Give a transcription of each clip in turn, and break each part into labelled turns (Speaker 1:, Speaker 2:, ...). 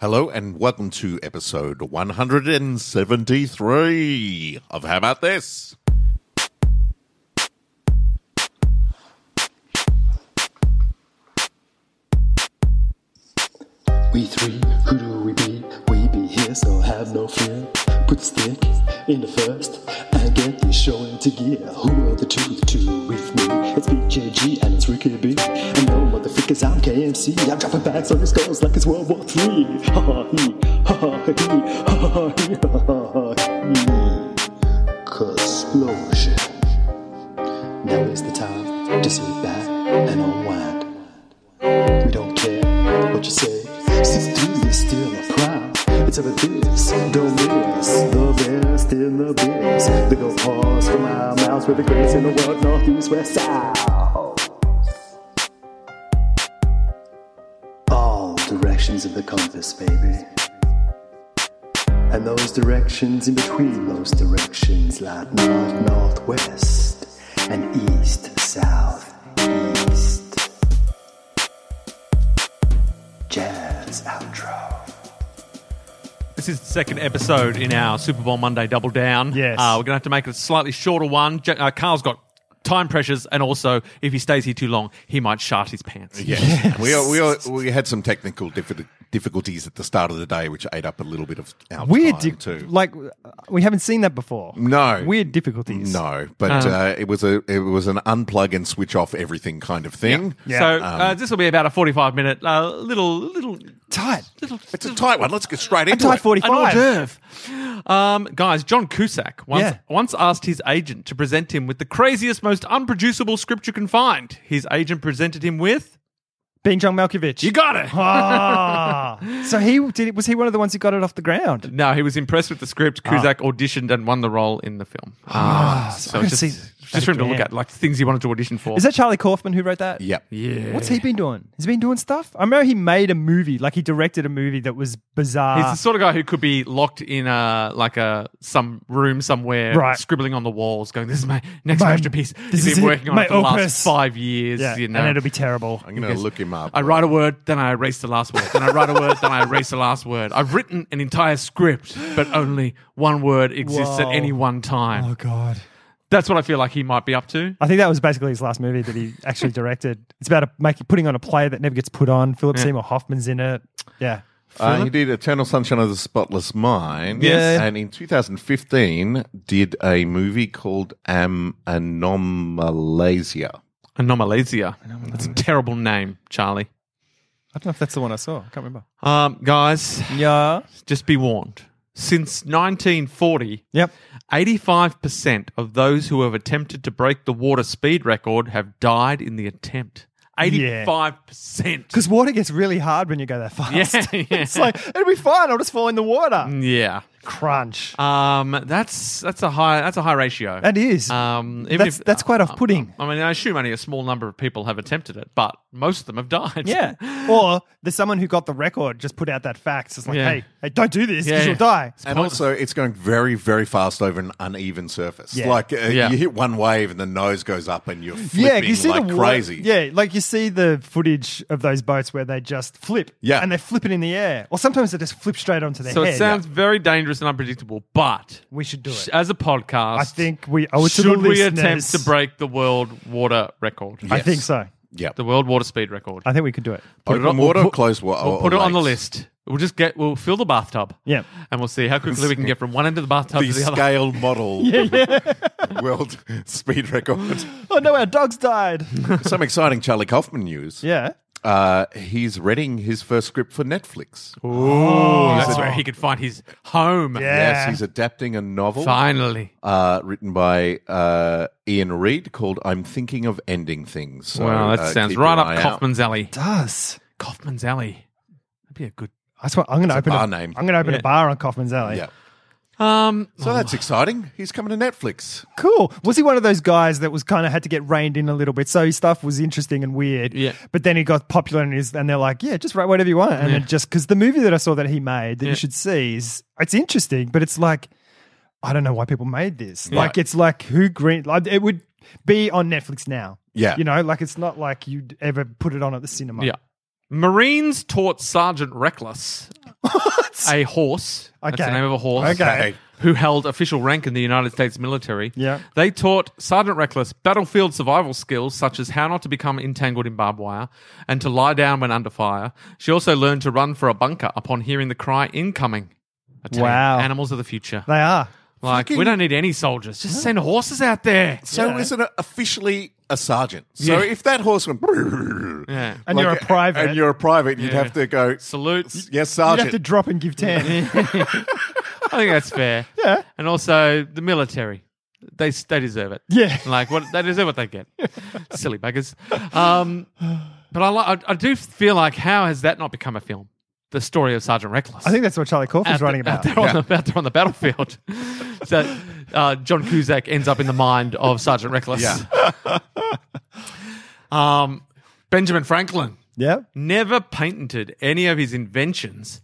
Speaker 1: Hello and welcome to episode 173 of How About This?
Speaker 2: We three, who do we be? We be here, so have no fear. Put the stick in the first and get this show into gear. Who are the two? The two with me. It's BJG and it's Ricky B. And no motherfuckers, I'm KMC. I'm dropping bags on your skulls like it's World War Three. Ha ha he, ha ha he, ha ha he, ha ha he. Coslosion. Now is the time to sit back and unwind. We don't care what you say. Since three is still a prime. It's ever this, don't miss. The best in the biz. They go pause for mile miles with the greatest in the world, northeast, west, south. All directions of the compass, baby. And those directions in between those directions, like north, northwest, and east, south, east. Jazz outro.
Speaker 3: This is the second episode in our Super Bowl Monday double down.
Speaker 4: Yes.
Speaker 3: Uh, we're going to have to make it a slightly shorter one. Ja- Uh, Carl's got time pressures, and also, if he stays here too long, he might shart his pants.
Speaker 1: Yes. We, we, we had some technical diffi- difficulties at the start of the day, which ate up a little bit of our
Speaker 4: Weird,
Speaker 1: time
Speaker 4: di-
Speaker 1: too.
Speaker 4: like we haven't seen that before.
Speaker 1: No.
Speaker 4: weird difficulties.
Speaker 1: no, but uh, it was a it was an unplug and switch off everything kind of thing.
Speaker 4: Yeah.
Speaker 3: So uh, this will be about a forty-five minute uh, little little
Speaker 4: tight.
Speaker 3: little.
Speaker 1: It's a tight one. Let's get straight into
Speaker 4: tight
Speaker 1: it.
Speaker 4: forty
Speaker 3: an hors
Speaker 4: five.
Speaker 3: d'oeuvre. Um, guys, John Cusack once,
Speaker 4: Yeah.
Speaker 3: once asked his agent to present him with the craziest, most unproducible script you can find. His agent presented him with.
Speaker 4: Being John Malkovich.
Speaker 3: You got it.
Speaker 4: Ah, so he did. Was he one of the ones who got it off the ground?
Speaker 3: No, he was impressed with the script. Kuzak auditioned and won the role in the film. Ah, so
Speaker 4: Ah. I can
Speaker 3: just,
Speaker 4: see that
Speaker 3: just for him to look
Speaker 4: again.
Speaker 3: at, like things he wanted to audition for.
Speaker 4: Is that Charlie Kaufman who wrote that?
Speaker 1: Yep.
Speaker 3: yeah?
Speaker 4: What's he been doing? He's been doing stuff. I remember he made a movie, like he directed a movie that was
Speaker 3: He's
Speaker 4: bizarre.
Speaker 3: the sort of guy who could be locked in a like a some room somewhere,
Speaker 4: Right.
Speaker 3: scribbling on the walls, going, "This is my next
Speaker 4: My-
Speaker 3: masterpiece.
Speaker 4: this
Speaker 3: This He's
Speaker 4: is
Speaker 3: been
Speaker 4: it.
Speaker 3: working on
Speaker 4: My
Speaker 3: it for the
Speaker 4: opus."
Speaker 3: last five years."
Speaker 4: yeah,
Speaker 3: you know?
Speaker 4: and it'll be terrible.
Speaker 1: I'm going to look him up.
Speaker 3: I write a word, then I erase the last word. Then I write a word, then I erase the last word. I've written an entire script, but only one word exists
Speaker 4: Whoa.
Speaker 3: at any one time.
Speaker 4: Oh, god.
Speaker 3: That's what I feel like he might be up to.
Speaker 4: I think that was basically his last movie that he actually directed. It's about a, making putting on a play that never gets put on. Philip Seymour Hoffman's in it. Yeah.
Speaker 1: Uh, he did Eternal Sunshine of the Spotless Mind.
Speaker 4: Yes.
Speaker 1: And in 2015, did a movie called um, Anomalasia.
Speaker 3: Anomalasia. That's a terrible name, Charlie.
Speaker 4: I don't know if that's the one I saw. I can't remember.
Speaker 3: Um, guys,
Speaker 4: Yeah.
Speaker 3: just be warned. Since 1940,
Speaker 4: Yep.
Speaker 3: 85% of those who have attempted to break the water speed record have died in the attempt. 85%.
Speaker 4: Because water gets really hard when you go that fast.
Speaker 3: Yeah, yeah.
Speaker 4: it's like it'll be fine. I'll just fall in the water.
Speaker 3: Yeah.
Speaker 4: Crunch.
Speaker 3: Um, that's that's a high that's a high ratio.
Speaker 4: That is.
Speaker 3: Um, even
Speaker 4: That's- that's quite off-putting.
Speaker 3: I, mean, I assume only a small number of people have attempted it, but most of them have died.
Speaker 4: yeah. Or there's someone who got the record just put out that fact. It's like,
Speaker 3: Yeah.
Speaker 4: hey, hey, don't do this because
Speaker 3: Yeah.
Speaker 4: you'll die.
Speaker 1: And also, it's going very, very fast over an uneven surface.
Speaker 4: Yeah.
Speaker 1: Like uh,
Speaker 3: Yeah.
Speaker 1: you hit one wave and the nose goes up and you're flipping
Speaker 4: yeah, you see
Speaker 1: like
Speaker 4: the water-
Speaker 1: crazy.
Speaker 4: Yeah, like you see the footage of those boats where they just flip.
Speaker 1: Yeah.
Speaker 4: and they flip it in the air, or sometimes they just flip straight onto their
Speaker 3: So
Speaker 4: head.
Speaker 3: it sounds very dangerous and unpredictable, but
Speaker 4: we should do it.
Speaker 3: as a podcast,
Speaker 4: I think we owe it to the
Speaker 3: should we attempt
Speaker 4: listeners.
Speaker 3: to break the world water record?
Speaker 4: I think so.
Speaker 1: Yep.
Speaker 3: The world water speed record.
Speaker 4: I think we could do it.
Speaker 1: Open
Speaker 3: it on-
Speaker 1: water,
Speaker 3: we'll put-
Speaker 1: closed water.
Speaker 3: We'll put it on the list. We'll just get. We'll fill the bathtub.
Speaker 4: Yeah.
Speaker 3: and we'll see how quickly we can get from one end of the bathtub
Speaker 1: The
Speaker 3: to the other.
Speaker 1: scale model world speed record.
Speaker 4: Oh no, our dogs died.
Speaker 1: Some exciting Charlie Kaufman news.
Speaker 4: yeah.
Speaker 1: Uh, he's reading his first script for Netflix.
Speaker 3: Oh, that's where he could find his home.
Speaker 1: Yes,
Speaker 4: Yeah.
Speaker 1: he's adapting a novel.
Speaker 3: finally.
Speaker 1: uh, written by uh, Ian Reid called "I'm Thinking of Ending Things." So,
Speaker 3: well, that
Speaker 1: uh,
Speaker 3: sounds
Speaker 1: keep
Speaker 3: right
Speaker 1: an
Speaker 3: up
Speaker 1: eye out.
Speaker 3: Kaufman's alley.
Speaker 4: Does.
Speaker 3: Kaufman's alley. That'd be a good.
Speaker 4: That's what I'm going to
Speaker 1: It's a
Speaker 4: open.
Speaker 1: bar
Speaker 4: a,
Speaker 1: name.
Speaker 4: I'm going to open
Speaker 3: Yeah.
Speaker 4: a bar on Kaufman's Alley.
Speaker 1: Yeah,
Speaker 3: Um,
Speaker 1: so that's exciting. He's coming to Netflix.
Speaker 4: Cool. Was he one of those guys that was kind of had to get reined in a little bit? So his stuff was interesting and weird.
Speaker 3: Yeah.
Speaker 4: But then he got popular and his, and they're like, yeah, just write whatever you want. And
Speaker 3: Yeah.
Speaker 4: then just because the movie that I saw that he made that
Speaker 3: Yeah.
Speaker 4: you should see is it's interesting, but it's like I don't know why people made this.
Speaker 3: Right.
Speaker 4: Like it's like who green like, it would be on Netflix now.
Speaker 1: Yeah.
Speaker 4: You know, like it's not like you'd ever put it on at the cinema.
Speaker 3: yeah. Marines taught Sergeant Reckless a horse. That's
Speaker 4: Okay.
Speaker 3: the name of a horse.
Speaker 4: Okay.
Speaker 3: Who held official rank in the United States military.
Speaker 4: Yeah.
Speaker 3: They taught Sergeant Reckless battlefield survival skills such as how not to become entangled in barbed wire and to lie down when under fire. She also learned to run for a bunker upon hearing the cry incoming. Attack.
Speaker 4: Wow.
Speaker 3: Animals of the future.
Speaker 4: They are.
Speaker 3: Like, we
Speaker 1: Fucking-
Speaker 3: don't need any soldiers. Just send horses out there.
Speaker 1: So is it officially a sergeant? So
Speaker 3: Yeah.
Speaker 1: if that horse went,
Speaker 3: Yeah.
Speaker 4: And you're a private.
Speaker 1: and you're a private, you'd
Speaker 3: Yeah.
Speaker 1: have to go.
Speaker 3: Salutes.
Speaker 1: Yes,
Speaker 4: You'd have
Speaker 1: sergeant.
Speaker 4: to drop and give 10.
Speaker 3: I think that's fair.
Speaker 4: Yeah.
Speaker 3: And also the military. They they deserve it.
Speaker 4: Yeah.
Speaker 3: Like what they deserve what they get. Silly buggers. Um, but I, li- I I do feel like how has that not become a film? The story of Sergeant Reckless.
Speaker 4: I think that's what Charlie Crawford's
Speaker 3: Out
Speaker 4: writing
Speaker 3: there- out
Speaker 4: about.
Speaker 3: there, on the, out there on the battlefield. so uh, John Cusack ends up in the mind of Sergeant Reckless.
Speaker 1: Yeah.
Speaker 3: um, Benjamin Franklin
Speaker 4: Yeah.
Speaker 3: never patented any of his inventions.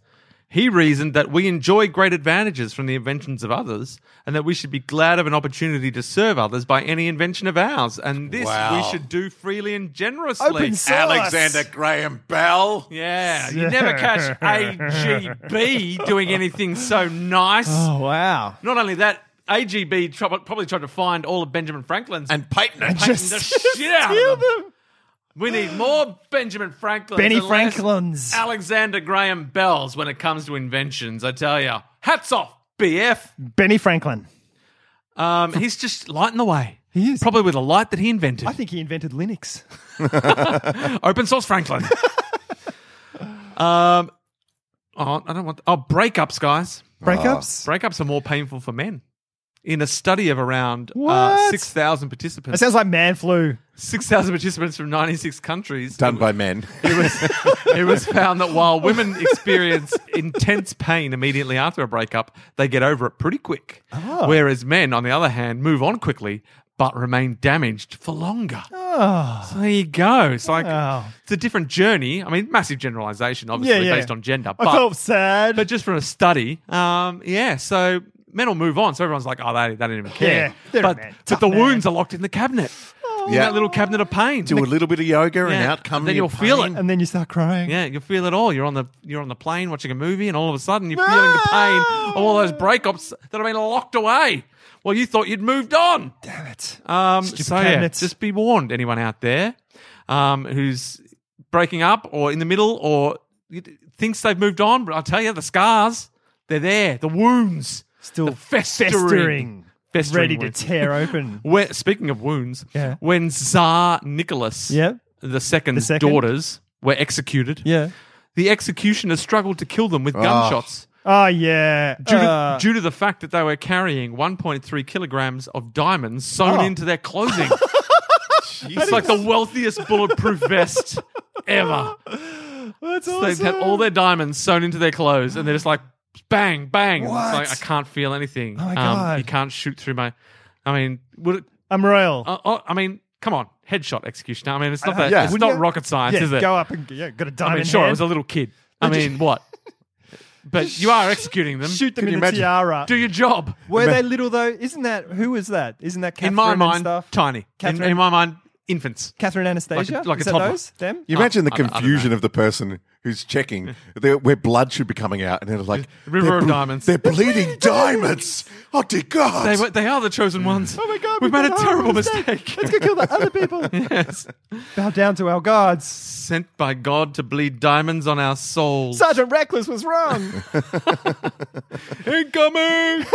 Speaker 3: He reasoned that we enjoy great advantages from the inventions of others and that we should be glad of an opportunity to serve others by any invention of ours. And this we
Speaker 1: Wow.
Speaker 3: should do freely and generously.
Speaker 4: Open s-
Speaker 1: Alexander Graham Bell.
Speaker 3: yeah, you never catch AGB doing anything so nice.
Speaker 4: Oh. wow.
Speaker 3: Not only that, AGB tro- probably tried to find all of Benjamin Franklin's
Speaker 1: And Peyton.
Speaker 3: patent the shit out of
Speaker 4: Steal
Speaker 3: them.
Speaker 4: them.
Speaker 3: We need more Benjamin Franklin.
Speaker 4: Benny Franklin's.
Speaker 3: Alexander Graham Bell's when it comes to inventions, I tell you. Hats off, BF.
Speaker 4: Benny Franklin.
Speaker 3: Um, he's just lighting the way.
Speaker 4: He is.
Speaker 3: Probably with a light that he invented.
Speaker 4: I think he invented Linux.
Speaker 3: Open source Franklin. um, oh, I don't want. Oh, breakups, guys.
Speaker 4: Breakups?
Speaker 3: Breakups are more painful for men. In a study of around uh,
Speaker 4: What?
Speaker 3: 6,000
Speaker 4: It
Speaker 3: participants,
Speaker 4: sounds like man flu.
Speaker 3: 6,000 participants from 96 countries,
Speaker 1: Done by men.
Speaker 3: it was found that while women experience intense pain immediately after a breakup, they get over it pretty quick.
Speaker 4: Oh.
Speaker 3: Whereas men, on the other hand, move on quickly but remain damaged for longer. So there you go. It's like
Speaker 4: Oh. Wow.
Speaker 3: it's a different journey. I mean, massive generalization, obviously,
Speaker 4: Yeah, yeah.
Speaker 3: based on gender.
Speaker 4: I
Speaker 3: but,
Speaker 4: felt sad.
Speaker 3: but just from a study, um, yeah. So men will move on. So everyone's like, oh, they, they don't even care.
Speaker 4: Yeah, they're a
Speaker 3: but
Speaker 4: man.
Speaker 3: but
Speaker 4: Tough
Speaker 3: the
Speaker 4: man.
Speaker 3: wounds are locked in the cabinet.
Speaker 4: Oh.
Speaker 3: In
Speaker 1: Yeah.
Speaker 3: That little cabinet of pain.
Speaker 1: Do a little bit of yoga and
Speaker 3: Yeah.
Speaker 1: out come
Speaker 3: Then
Speaker 1: your
Speaker 3: you'll feel
Speaker 1: pain.
Speaker 3: it.
Speaker 4: and then you start crying.
Speaker 3: Yeah, you feel it all. You're on the you're on the plane watching a movie, and all of a sudden you're feeling the pain of all those breakups that have been locked away. Well, you thought you'd moved on.
Speaker 4: Damn it.
Speaker 3: Um,
Speaker 4: Stupid
Speaker 3: so yeah,
Speaker 4: cabinets.
Speaker 3: just be warned, anyone out there um, who's breaking up or in the middle or thinks they've moved on. But I tell you, the scars they're there, the wounds
Speaker 4: Still
Speaker 3: the festering,
Speaker 4: festering.
Speaker 3: Festering
Speaker 4: ready to
Speaker 3: wounds.
Speaker 4: tear open.
Speaker 3: Where, speaking of wounds,
Speaker 4: Yeah.
Speaker 3: when Tsar Nicholas
Speaker 4: Yeah.
Speaker 3: the second's
Speaker 4: second?
Speaker 3: daughters were executed,
Speaker 4: Yeah.
Speaker 3: the executioner struggled to kill them with gunshots
Speaker 4: Oh, yeah.
Speaker 3: due, to,
Speaker 4: Uh,
Speaker 3: due to the fact that they were carrying 1.3 kilograms of diamonds sewn
Speaker 4: Oh.
Speaker 3: into their clothing. it's like the wealthiest bulletproof vest ever.
Speaker 4: that's
Speaker 3: So They've had
Speaker 4: Oh, awesome.
Speaker 3: all their diamonds sewn into their clothes, and they're just like, bang, bang. It's
Speaker 4: What?
Speaker 3: like, I can't feel anything. Um,
Speaker 4: Oh my
Speaker 3: You
Speaker 4: God.
Speaker 3: can't shoot through my. I mean, would it,
Speaker 4: I'm royal.
Speaker 3: uh, uh, I mean, come on, headshot executioner. I mean, it's not that.
Speaker 1: Yeah.
Speaker 3: It's
Speaker 1: Wouldn't
Speaker 3: not
Speaker 4: Uh-huh. you-
Speaker 3: rocket science,
Speaker 4: yeah,
Speaker 3: is it?
Speaker 4: go up and yeah, got a
Speaker 3: I
Speaker 4: diamond.
Speaker 3: mean, sure, I
Speaker 4: hand.
Speaker 3: was a little kid. I mean, what? But you are executing them.
Speaker 4: shoot them
Speaker 1: Can
Speaker 4: in
Speaker 1: you
Speaker 4: the
Speaker 1: imagine?
Speaker 4: tiara.
Speaker 3: Do your job.
Speaker 4: Were they little though? Isn't that who was that? Isn't that Catherine
Speaker 3: in my
Speaker 4: and
Speaker 3: mind,
Speaker 4: stuff?
Speaker 3: tiny. In,
Speaker 4: Catherine-
Speaker 3: in my mind, infants.
Speaker 4: Catherine Anastasia.
Speaker 3: Like a- like
Speaker 4: Is
Speaker 3: a
Speaker 4: that
Speaker 3: toddler.
Speaker 4: those? Them.
Speaker 1: You imagine the
Speaker 3: I don't- I don't
Speaker 1: confusion of the person who's checking the- where blood should be coming out, and they're like,
Speaker 3: River
Speaker 1: they're
Speaker 3: of
Speaker 1: ble-
Speaker 3: diamonds.
Speaker 1: They're bleeding diamonds. Oh dear God!
Speaker 3: They, were- they are the chosen ones.
Speaker 4: Oh my God,
Speaker 3: We've
Speaker 4: we
Speaker 3: made
Speaker 4: did
Speaker 3: a
Speaker 4: our
Speaker 3: terrible
Speaker 4: mistake.
Speaker 3: mistake.
Speaker 4: Let's go kill the other people.
Speaker 3: Yes.
Speaker 4: Bow down to our gods.
Speaker 3: Sent by God to bleed diamonds on our souls.
Speaker 4: Sergeant Reckless was wrong.
Speaker 3: Incoming!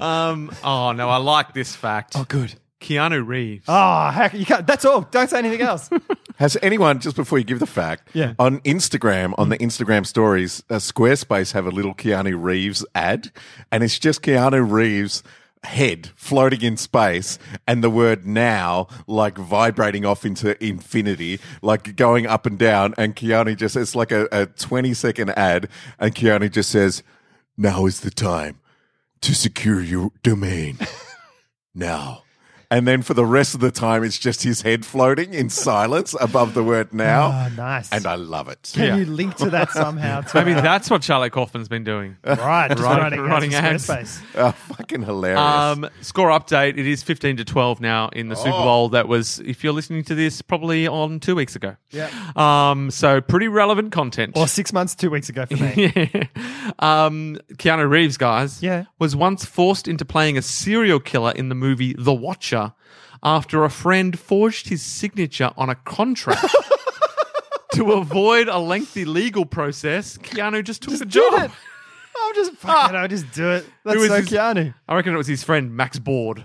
Speaker 3: um, oh, no, I like this fact.
Speaker 4: Oh, good.
Speaker 3: Keanu Reeves.
Speaker 4: Ah, heck, you can't. That's all. Don't say anything else.
Speaker 3: Oh,
Speaker 1: Has anyone just before you give the fact?
Speaker 4: Yeah.
Speaker 1: On Instagram, on the Instagram stories, uh, Squarespace have a little Keanu Reeves ad, and it's just Keanu Reeves. Head floating in space, and the word now like vibrating off into infinity, like going up and down. And Keanu just, it's like a, a 20 second ad, and Keanu just says, Now is the time to secure your domain. now. And then for the rest of the time, it's just his head floating in silence above the word now.
Speaker 4: Oh, nice.
Speaker 1: And I love it.
Speaker 3: uh, Yeah.
Speaker 5: Can you link to that somehow? To
Speaker 3: Maybe that's what Charlotte Kaufman's been doing.
Speaker 4: right,
Speaker 3: Right,
Speaker 4: just running,
Speaker 3: running
Speaker 4: running
Speaker 3: ads.
Speaker 4: Squarespace.
Speaker 1: Oh, fucking hilarious.
Speaker 3: Um, score update. It is 15 to 12 now in the Super
Speaker 1: Oh.
Speaker 3: Bowl. That was, if you're listening to this, probably on two weeks ago.
Speaker 5: Yeah.
Speaker 3: Um, so pretty relevant content.
Speaker 4: Or six months, two weeks ago for me.
Speaker 3: yeah. Um, Keanu Reeves, guys,
Speaker 4: Yeah.
Speaker 3: was once forced into playing a serial killer in the movie The Watcher after a friend forged his signature on a contract. to avoid a lengthy legal process, Keanu just took the job.
Speaker 4: I'm just Ah. fucking, I just do it. That's
Speaker 3: was
Speaker 4: so
Speaker 3: his-
Speaker 4: Keanu.
Speaker 3: I reckon it was his friend Max Board.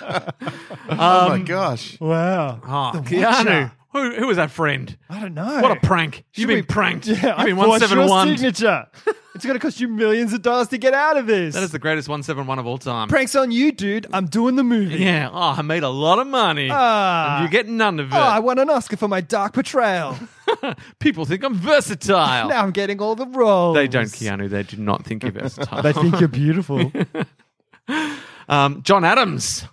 Speaker 1: oh my gosh.
Speaker 4: Wow.
Speaker 3: Ah,
Speaker 4: The
Speaker 3: Keanu.
Speaker 4: Watcher.
Speaker 3: Who, who was that friend?
Speaker 4: I don't know.
Speaker 3: What a prank. You've been
Speaker 4: we-
Speaker 3: pranked.
Speaker 4: Yeah,
Speaker 3: You've been
Speaker 4: I forged your
Speaker 3: 171.
Speaker 4: signature. it's going to cost you millions of dollars to get out of this.
Speaker 3: That is the greatest 171 of all time.
Speaker 4: Pranks on you, dude. I'm doing the movie.
Speaker 3: Yeah. Oh, I made a lot of money.
Speaker 4: Ah.
Speaker 3: and you get none of it.
Speaker 4: Oh, I won an Oscar for my dark portrayal.
Speaker 3: People think I'm versatile.
Speaker 4: now I'm getting all the roles.
Speaker 3: They don't, Keanu. They do not think you're versatile.
Speaker 4: They think you're beautiful.
Speaker 3: um, John Adams,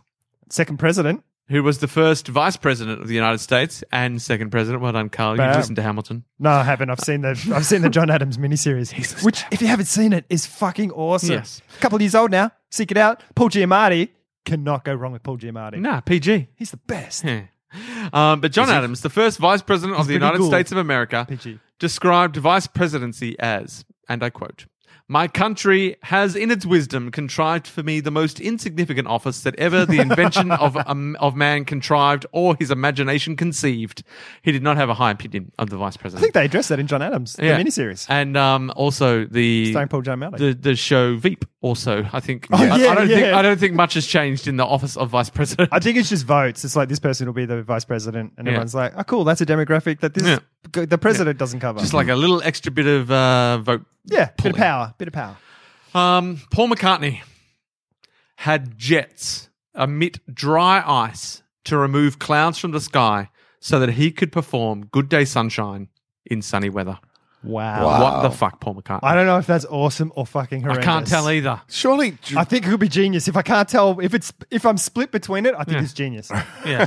Speaker 4: Second president.
Speaker 3: who was the first vice president of the United States and second president. Well done, Carl. You've
Speaker 4: Bam.
Speaker 3: listened to Hamilton.
Speaker 4: No, I haven't. I've seen the I've seen the John Adams miniseries, which if you haven't seen it, is fucking awesome.
Speaker 3: Yes.
Speaker 4: A couple of years old now. Seek it out. Paul Giamatti cannot go wrong with Paul Giamatti.
Speaker 3: Nah, PG.
Speaker 4: He's the best.
Speaker 3: Yeah. Um, but John Adams, the first vice president of the
Speaker 4: pretty
Speaker 3: United
Speaker 4: cool.
Speaker 3: States of America,
Speaker 4: PG.
Speaker 3: described vice presidency as, and I quote, my country has, in its wisdom, contrived for me the most insignificant office that ever the invention of, um, of man contrived or his imagination conceived. He did not have a high opinion of the vice
Speaker 4: I
Speaker 3: president.
Speaker 4: think they addressed that in John Adams,
Speaker 3: Yeah.
Speaker 4: the miniseries.
Speaker 3: And um, also the
Speaker 4: Starring Paul Giamatti.
Speaker 3: the the show Veep. Also, I think
Speaker 4: Yeah.
Speaker 3: I, I don't
Speaker 4: Oh, yeah,
Speaker 3: think
Speaker 4: yeah.
Speaker 3: I don't think much has changed in the office of vice president.
Speaker 4: I think it's just votes. It's like this person will be the vice president, and
Speaker 3: Yeah.
Speaker 4: everyone's like, "Oh, cool, that's a demographic that this
Speaker 3: Yeah.
Speaker 4: g- the president doesn't cover."
Speaker 3: Just like a little extra bit of uh, vote.
Speaker 4: yeah, bit
Speaker 3: pulling.
Speaker 4: of power, bit of power.
Speaker 3: Um, Paul McCartney had jets emit dry ice to remove clouds from the sky so that he could perform "Good Day Sunshine" in sunny weather.
Speaker 4: Wow.
Speaker 3: What the fuck, Paul McCartney?
Speaker 4: I don't know if that's awesome or fucking
Speaker 3: I
Speaker 4: horrendous.
Speaker 3: can't tell either.
Speaker 1: Surely,
Speaker 4: I think it could be genius. If I can't tell, if it's if I'm split between it, I think it's genius.
Speaker 3: Yeah.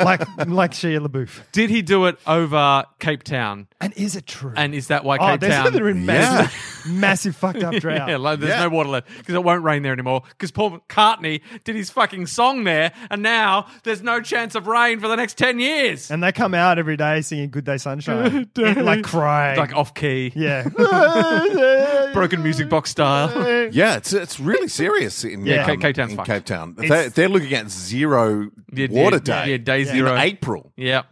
Speaker 4: like like Shia LaBeouf.
Speaker 3: Did he do it over Cape Town?
Speaker 4: And is it true?
Speaker 3: And is that why
Speaker 4: oh,
Speaker 3: Cape
Speaker 4: there's
Speaker 3: Town?
Speaker 4: another in massive, massive fucked up drought.
Speaker 3: Yeah, like, there's
Speaker 1: Yeah.
Speaker 3: no water left because it won't rain there anymore. Because Paul McCartney did his fucking song there, and now there's no chance of rain for the next ten years.
Speaker 4: and they come out every day singing "Good Day Sunshine," like crying,
Speaker 3: like oh. off key,
Speaker 4: yeah,
Speaker 3: broken music box style.
Speaker 1: yeah, it's it's really serious in,
Speaker 4: Yeah.
Speaker 1: um,
Speaker 3: Cape Town's
Speaker 1: in
Speaker 3: fucked.
Speaker 1: Cape Town. They're, they're looking at zero water
Speaker 3: yeah,
Speaker 1: day.
Speaker 3: yeah, day zero.
Speaker 1: in April.
Speaker 3: yeah.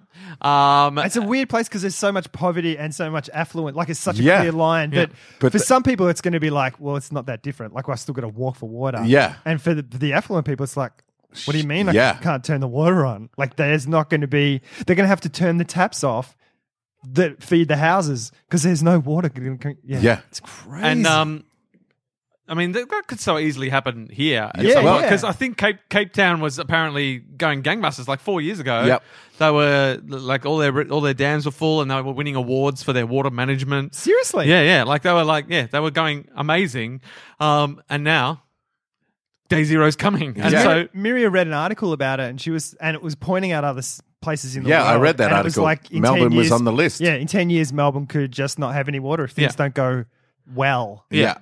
Speaker 3: Um,
Speaker 4: It's a weird place because there's so much poverty and so much affluent. Like it's such a
Speaker 1: Yeah.
Speaker 4: clear line
Speaker 3: Yeah.
Speaker 4: that
Speaker 1: But
Speaker 4: for
Speaker 1: the-
Speaker 4: some people it's going to be like, well, it's not that different. Like well, I still got to walk for water.
Speaker 1: Yeah.
Speaker 4: And for the, for the affluent people, it's like, what do you mean? I
Speaker 1: Yeah.
Speaker 4: can't turn the water on. Like there's not going to be. They're going to have to turn the taps off that feed the houses because there's no water. gonna come- Yeah.
Speaker 1: Yeah.
Speaker 4: It's crazy.
Speaker 3: and um, I mean that, that could so easily happen here.
Speaker 1: Yeah, yeah.
Speaker 3: because I think Cape Cape Town was apparently going gangbusters like four years ago.
Speaker 1: Yep.
Speaker 3: They were like all their all their dams were full, and they were winning awards for their water management.
Speaker 4: seriously.
Speaker 3: Yeah, yeah. Like they were like, yeah, they were going amazing. Um, and now Day Zero's coming. And
Speaker 1: Yeah.
Speaker 3: so
Speaker 4: Miria read an article about it, and she was, and it was pointing out other s- places in the
Speaker 1: Yeah,
Speaker 4: world.
Speaker 1: I read that
Speaker 4: and
Speaker 1: article.
Speaker 4: It was like in
Speaker 1: Melbourne
Speaker 4: 10
Speaker 1: was
Speaker 4: years-
Speaker 1: on the list.
Speaker 4: Yeah, in ten years, Melbourne could just not have any water if things
Speaker 3: Yeah.
Speaker 4: don't go well.
Speaker 3: yeah.
Speaker 1: Yeah.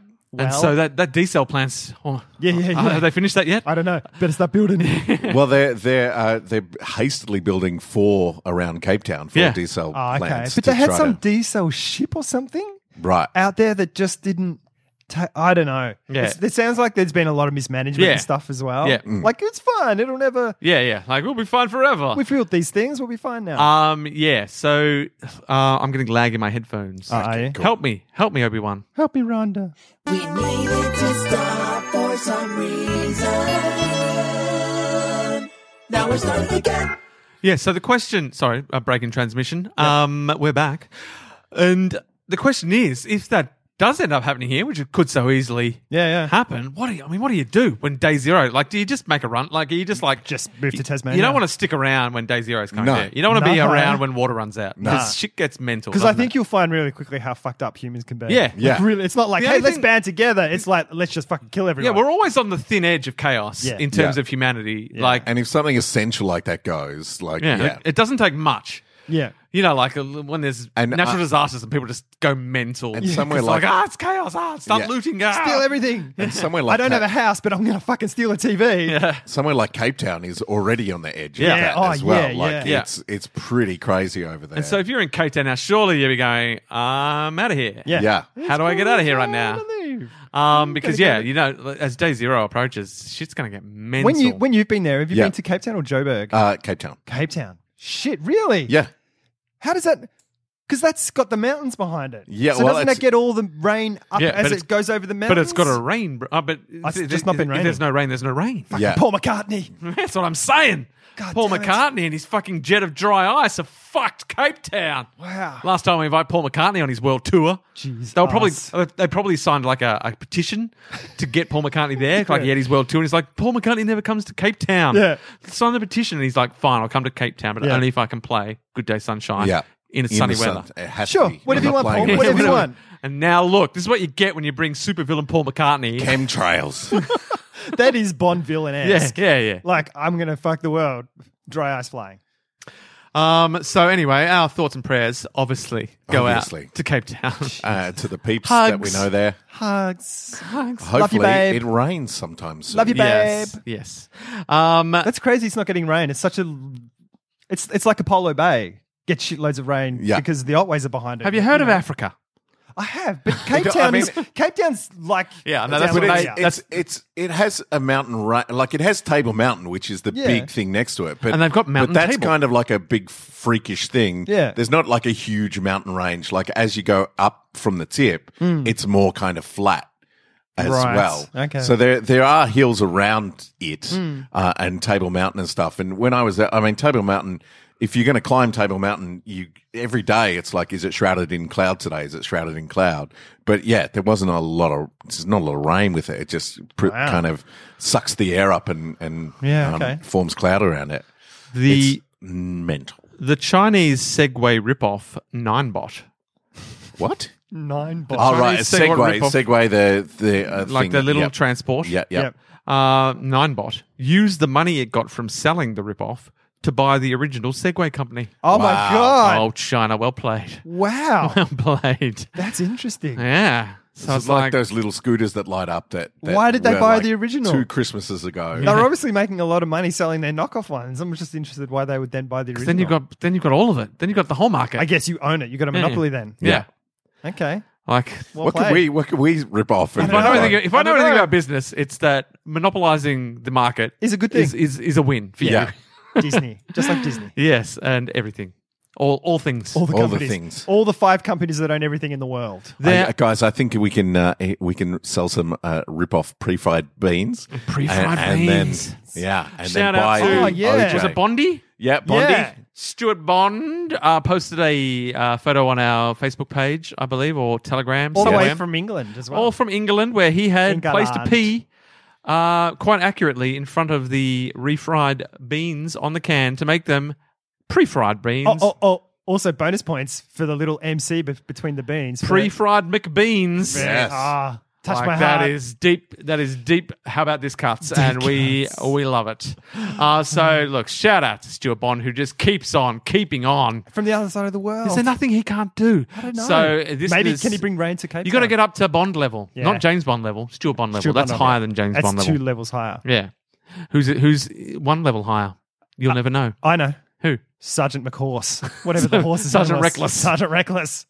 Speaker 3: And
Speaker 4: Well-
Speaker 3: so that that diesel plants. Oh,
Speaker 4: Yeah, yeah,
Speaker 3: uh,
Speaker 4: yeah.
Speaker 3: have they finished that yet?
Speaker 4: I don't know. Better start building.
Speaker 1: well, they're they're uh, they're hastily building four around Cape Town for
Speaker 3: Yeah.
Speaker 1: diesel
Speaker 4: Ah, okay,
Speaker 1: plants.
Speaker 4: but
Speaker 1: to
Speaker 4: they had
Speaker 1: try
Speaker 4: some
Speaker 1: to-
Speaker 4: diesel ship or something
Speaker 1: right.
Speaker 4: out there that just didn't. ta I don't know.
Speaker 3: Yeah.
Speaker 4: It's- it sounds like there's been a lot of mismanagement
Speaker 3: Yeah.
Speaker 4: and stuff as well.
Speaker 3: Yeah. Mm.
Speaker 4: like it's fine. It'll never.
Speaker 3: Yeah, yeah. Like we'll be fine forever.
Speaker 4: We've built these things. We'll be fine now.
Speaker 1: Ah.
Speaker 3: Um, yeah. So uh, I'm getting lag in my headphones.
Speaker 4: are you?
Speaker 3: Help me, help me, Obi Wan.
Speaker 4: Help me, Rhonda.
Speaker 6: We needed to stop for some reason. Now we're starting again.
Speaker 3: Yeah. So the question. Sorry, uh, a break in transmission. Um, we're back, and the question is, if that does end up happening here, which it could so easily
Speaker 4: Yeah, yeah.
Speaker 3: happen, what do you, I mean, what do you do when day zero? Like, do you just make a run? Like, are you just like
Speaker 4: Just move to
Speaker 3: You-
Speaker 4: Tasmania.
Speaker 3: You don't want to stick around when day zero is coming.
Speaker 1: No.
Speaker 3: down. You don't want to be
Speaker 4: No.
Speaker 3: around when water runs out
Speaker 1: No.
Speaker 3: because shit gets mental.
Speaker 4: Because I
Speaker 3: doesn't
Speaker 4: think
Speaker 3: it?
Speaker 4: you'll find really quickly how fucked up humans can be.
Speaker 3: Yeah.
Speaker 4: Like,
Speaker 1: Yeah.
Speaker 4: really, it's not like,
Speaker 3: The
Speaker 4: hey,
Speaker 3: only
Speaker 4: let's
Speaker 3: thing-
Speaker 4: band together. It's like, let's just fucking kill
Speaker 3: yeah,
Speaker 4: everyone.
Speaker 3: we're always on the thin edge of chaos
Speaker 4: Yeah.
Speaker 3: in terms
Speaker 1: Yeah.
Speaker 3: of humanity. Like,
Speaker 1: And if something essential like that goes, like
Speaker 3: yeah,
Speaker 1: yeah,
Speaker 3: It, it doesn't take much.
Speaker 4: Yeah.
Speaker 3: You know, like uh, when there's
Speaker 1: And,
Speaker 3: natural
Speaker 1: uh,
Speaker 3: disasters and people just go mental.
Speaker 1: And somewhere
Speaker 3: It's like,
Speaker 1: like-
Speaker 3: ah, it's chaos. Ah, start
Speaker 1: Yeah.
Speaker 3: looting. Ah.
Speaker 4: Steal everything.
Speaker 1: and somewhere like
Speaker 4: I don't
Speaker 1: that,
Speaker 4: have a house, but I'm going to fucking steal a TV.
Speaker 1: somewhere like Cape Town is already on the edge
Speaker 3: Yeah.
Speaker 1: of that
Speaker 4: Oh,
Speaker 1: as well.
Speaker 4: yeah,
Speaker 1: like
Speaker 3: yeah.
Speaker 1: it's it's pretty crazy over there.
Speaker 3: And so if you're in Cape Town now, surely you'll be going, I'm out of here.
Speaker 4: Yeah.
Speaker 1: yeah.
Speaker 3: How do I get out of here right now? Um, because yeah,
Speaker 4: gotta go.
Speaker 3: you know, as day zero approaches, shit's gonna get mental.
Speaker 4: When, you, when you've been there, have you
Speaker 1: Yeah.
Speaker 4: been to Cape Town or Joburg?
Speaker 1: Uh, Cape Town.
Speaker 4: Cape Town. Shit, really?
Speaker 1: Yeah.
Speaker 4: How does that. Because that's got the mountains behind it.
Speaker 1: Yeah,
Speaker 4: So
Speaker 1: well,
Speaker 4: doesn't
Speaker 1: it's-
Speaker 4: that get all the rain up
Speaker 3: Yeah,
Speaker 4: as
Speaker 3: but it's-
Speaker 4: it goes over the mountains?
Speaker 3: but it's got to rain, bro. Uh, but
Speaker 4: It's
Speaker 3: th-
Speaker 4: just
Speaker 3: th-
Speaker 4: not been
Speaker 3: th- If there's no rain, there's no rain.
Speaker 1: Yeah.
Speaker 4: Paul McCartney.
Speaker 3: That's what I'm saying.
Speaker 4: God
Speaker 3: Paul
Speaker 4: damn it.
Speaker 3: McCartney and his fucking jet of dry ice have fucked Cape Town.
Speaker 4: Wow.
Speaker 3: Last time we invite Paul McCartney on his world tour,
Speaker 4: Jeez,
Speaker 3: they were probably
Speaker 4: us.
Speaker 3: uh, they probably signed like a, a petition to get Paul McCartney there. Like he had his world tour, and he's like, Paul McCartney never comes to Cape Town.
Speaker 4: Yeah.
Speaker 3: sign the petition, and he's like, fine, I'll come to Cape Town, but
Speaker 4: Yeah.
Speaker 3: only if I can play Good Day Sunshine.
Speaker 1: Yeah.
Speaker 3: in
Speaker 1: the
Speaker 3: sunny
Speaker 1: sun.
Speaker 3: weather.
Speaker 1: It has to
Speaker 4: Sure.
Speaker 1: be.
Speaker 4: Whatever
Speaker 1: You're
Speaker 4: you
Speaker 1: not
Speaker 4: want,
Speaker 1: playing
Speaker 4: Paul.
Speaker 1: with
Speaker 4: Whatever
Speaker 1: it.
Speaker 4: you want.
Speaker 3: And now look, this is what you get when you bring supervillain Paul McCartney.
Speaker 1: Chemtrails.
Speaker 4: that is Bond villain
Speaker 3: yeah,
Speaker 4: esque.
Speaker 3: yeah, yeah.
Speaker 4: Like, I'm going to fuck the world. Dry ice flying.
Speaker 3: Um, so anyway, our thoughts and prayers obviously go
Speaker 1: Obviously.
Speaker 3: out to Cape Town.
Speaker 1: uh, to the peeps
Speaker 4: Hugs.
Speaker 1: that we know there.
Speaker 4: Hugs. Love you,
Speaker 1: Hopefully,
Speaker 4: babe.
Speaker 1: it rains sometime soon.
Speaker 4: Love you, babe.
Speaker 3: yes, yes. Um,
Speaker 4: That's crazy. It's not getting rain. It's such a. It's it's like Apollo Bay. Get shitloads of rain
Speaker 1: Yeah.
Speaker 4: because the otways are behind it.
Speaker 3: have you heard of Africa?
Speaker 4: I have, but Cape
Speaker 1: I
Speaker 4: Town
Speaker 1: mean-
Speaker 4: is Cape Town's like
Speaker 3: Yeah, no,
Speaker 4: down
Speaker 3: that's
Speaker 1: But
Speaker 3: what
Speaker 4: under
Speaker 3: they-
Speaker 1: it's,
Speaker 4: here.
Speaker 1: it's, it's it has a mountain right like it has Table Mountain, which is the
Speaker 4: Yeah.
Speaker 1: big thing next to it. But
Speaker 3: And they've got Mountain
Speaker 1: But that's
Speaker 3: Table.
Speaker 1: kind of like a big freakish thing.
Speaker 4: Yeah.
Speaker 1: there's not like a huge mountain range. Like as you go up from the tip,
Speaker 3: Hmm.
Speaker 1: it's more kind of flat. As
Speaker 4: Right.
Speaker 1: well,
Speaker 4: Okay.
Speaker 1: So there there are hills around it,
Speaker 3: Hmm.
Speaker 1: uh, and Table Mountain and stuff. And when I was there, I mean Table Mountain. If you're going to climb Table Mountain, you every day it's like, is it shrouded in cloud today? Is it shrouded in cloud? But yeah, there wasn't a lot of there's not a lot of rain with it. It just pr- kind of sucks the air up and and um,
Speaker 4: Yeah, okay.
Speaker 1: forms cloud around it.
Speaker 3: The
Speaker 1: It's mental.
Speaker 3: the Chinese Segway ripoff Ninebot,
Speaker 1: What?
Speaker 4: nine
Speaker 1: Oh
Speaker 4: bots.
Speaker 1: right,
Speaker 3: Chinese Segway
Speaker 1: Segway,
Speaker 3: ripoff.
Speaker 1: Segway the the uh,
Speaker 3: like
Speaker 1: thing.
Speaker 3: the little
Speaker 1: Yep.
Speaker 3: transport.
Speaker 1: Yeah, yeah.
Speaker 4: Yep.
Speaker 3: Uh, Ninebot used the money it got from selling the ripoff to buy the original Segway company.
Speaker 4: Oh my
Speaker 1: Wow.
Speaker 4: god!
Speaker 3: Oh, China, well played,
Speaker 4: Wow,
Speaker 3: well played.
Speaker 4: that's interesting.
Speaker 3: Yeah. So
Speaker 1: It's
Speaker 3: it's
Speaker 1: like,
Speaker 3: like,
Speaker 1: those little scooters that light up. That, that
Speaker 4: Why did they
Speaker 1: were,
Speaker 4: buy
Speaker 1: like,
Speaker 4: the original?
Speaker 1: Two Christmases ago.
Speaker 4: They're obviously making a lot of money selling their knockoff ones. I'm just interested why they would then buy the original.
Speaker 3: then you got then you got all of it. Then you got the whole market.
Speaker 4: I guess you own it. You got a
Speaker 3: Yeah, yeah.
Speaker 4: monopoly then.
Speaker 3: Yeah.
Speaker 4: Okay.
Speaker 3: Like
Speaker 4: Well
Speaker 1: what could
Speaker 4: played.
Speaker 1: we? What could we rip off? uh,
Speaker 3: if I know
Speaker 4: know.
Speaker 3: anything, if I
Speaker 4: I
Speaker 3: know
Speaker 4: don't
Speaker 3: anything
Speaker 4: know.
Speaker 3: about business, it's that monopolizing the market
Speaker 4: Is a good
Speaker 3: is
Speaker 4: thing.
Speaker 3: is, is a win for
Speaker 1: Yeah.
Speaker 4: Disney, just like Disney.
Speaker 3: you. Yes, and everything. All all things.
Speaker 4: All the
Speaker 1: All the
Speaker 4: companies,
Speaker 1: things.
Speaker 4: all the five companies that own everything in the world.
Speaker 3: There-
Speaker 1: I- guys, I think we can uh, we can sell some uh, rip off pre-fried beans,
Speaker 3: Pre-fried
Speaker 1: and,
Speaker 3: beans.
Speaker 1: And then, yeah, and
Speaker 3: Shout
Speaker 1: then
Speaker 3: out
Speaker 1: buy
Speaker 3: to
Speaker 1: the
Speaker 4: Oh, yeah.
Speaker 3: was
Speaker 1: OJ.
Speaker 3: it Bondi?
Speaker 1: yeah, Bondi.
Speaker 4: Yeah.
Speaker 3: Stuart Bond uh, posted a uh, photo on our Facebook page, I believe, or Telegram.
Speaker 4: All the way
Speaker 3: somewhere.
Speaker 4: from England as well.
Speaker 3: all from England, where he had placed a
Speaker 4: England.
Speaker 3: pea uh, quite accurately in front of the refried beans on the can to make them pre-fried beans.
Speaker 4: Oh, oh, oh, also bonus points for the little MC be- between the beans.
Speaker 3: Pre-fried McBeans.
Speaker 1: Yeah. Yes.
Speaker 4: Ah, touch
Speaker 3: Like,
Speaker 4: my heart.
Speaker 3: That is deep. That is deep. How about this cuts? and we we love it. Uh, so
Speaker 4: Mm.
Speaker 3: look, shout out to Stuart Bond who just keeps on keeping on.
Speaker 4: from the other side of the world.
Speaker 3: Is there nothing he can't do? I
Speaker 4: Oh. don't know.
Speaker 3: So uh, this
Speaker 4: Maybe
Speaker 3: is-
Speaker 4: can he bring rain to Cape?
Speaker 3: You got to
Speaker 4: Town?
Speaker 3: get up to Bond level,
Speaker 4: Yeah.
Speaker 3: not James Bond level. Stuart Bond level.
Speaker 4: Stuart
Speaker 3: That's
Speaker 4: Bond level.
Speaker 3: higher than James
Speaker 4: That's
Speaker 3: Bond level.
Speaker 4: two levels higher.
Speaker 3: Yeah. Who's who's one level higher?
Speaker 4: Uh,
Speaker 3: You'll never know.
Speaker 4: I know.
Speaker 3: Who?
Speaker 4: Sergeant McHorse, whatever the horse is.
Speaker 3: Sergeant Reckless.
Speaker 4: Sergeant Reckless.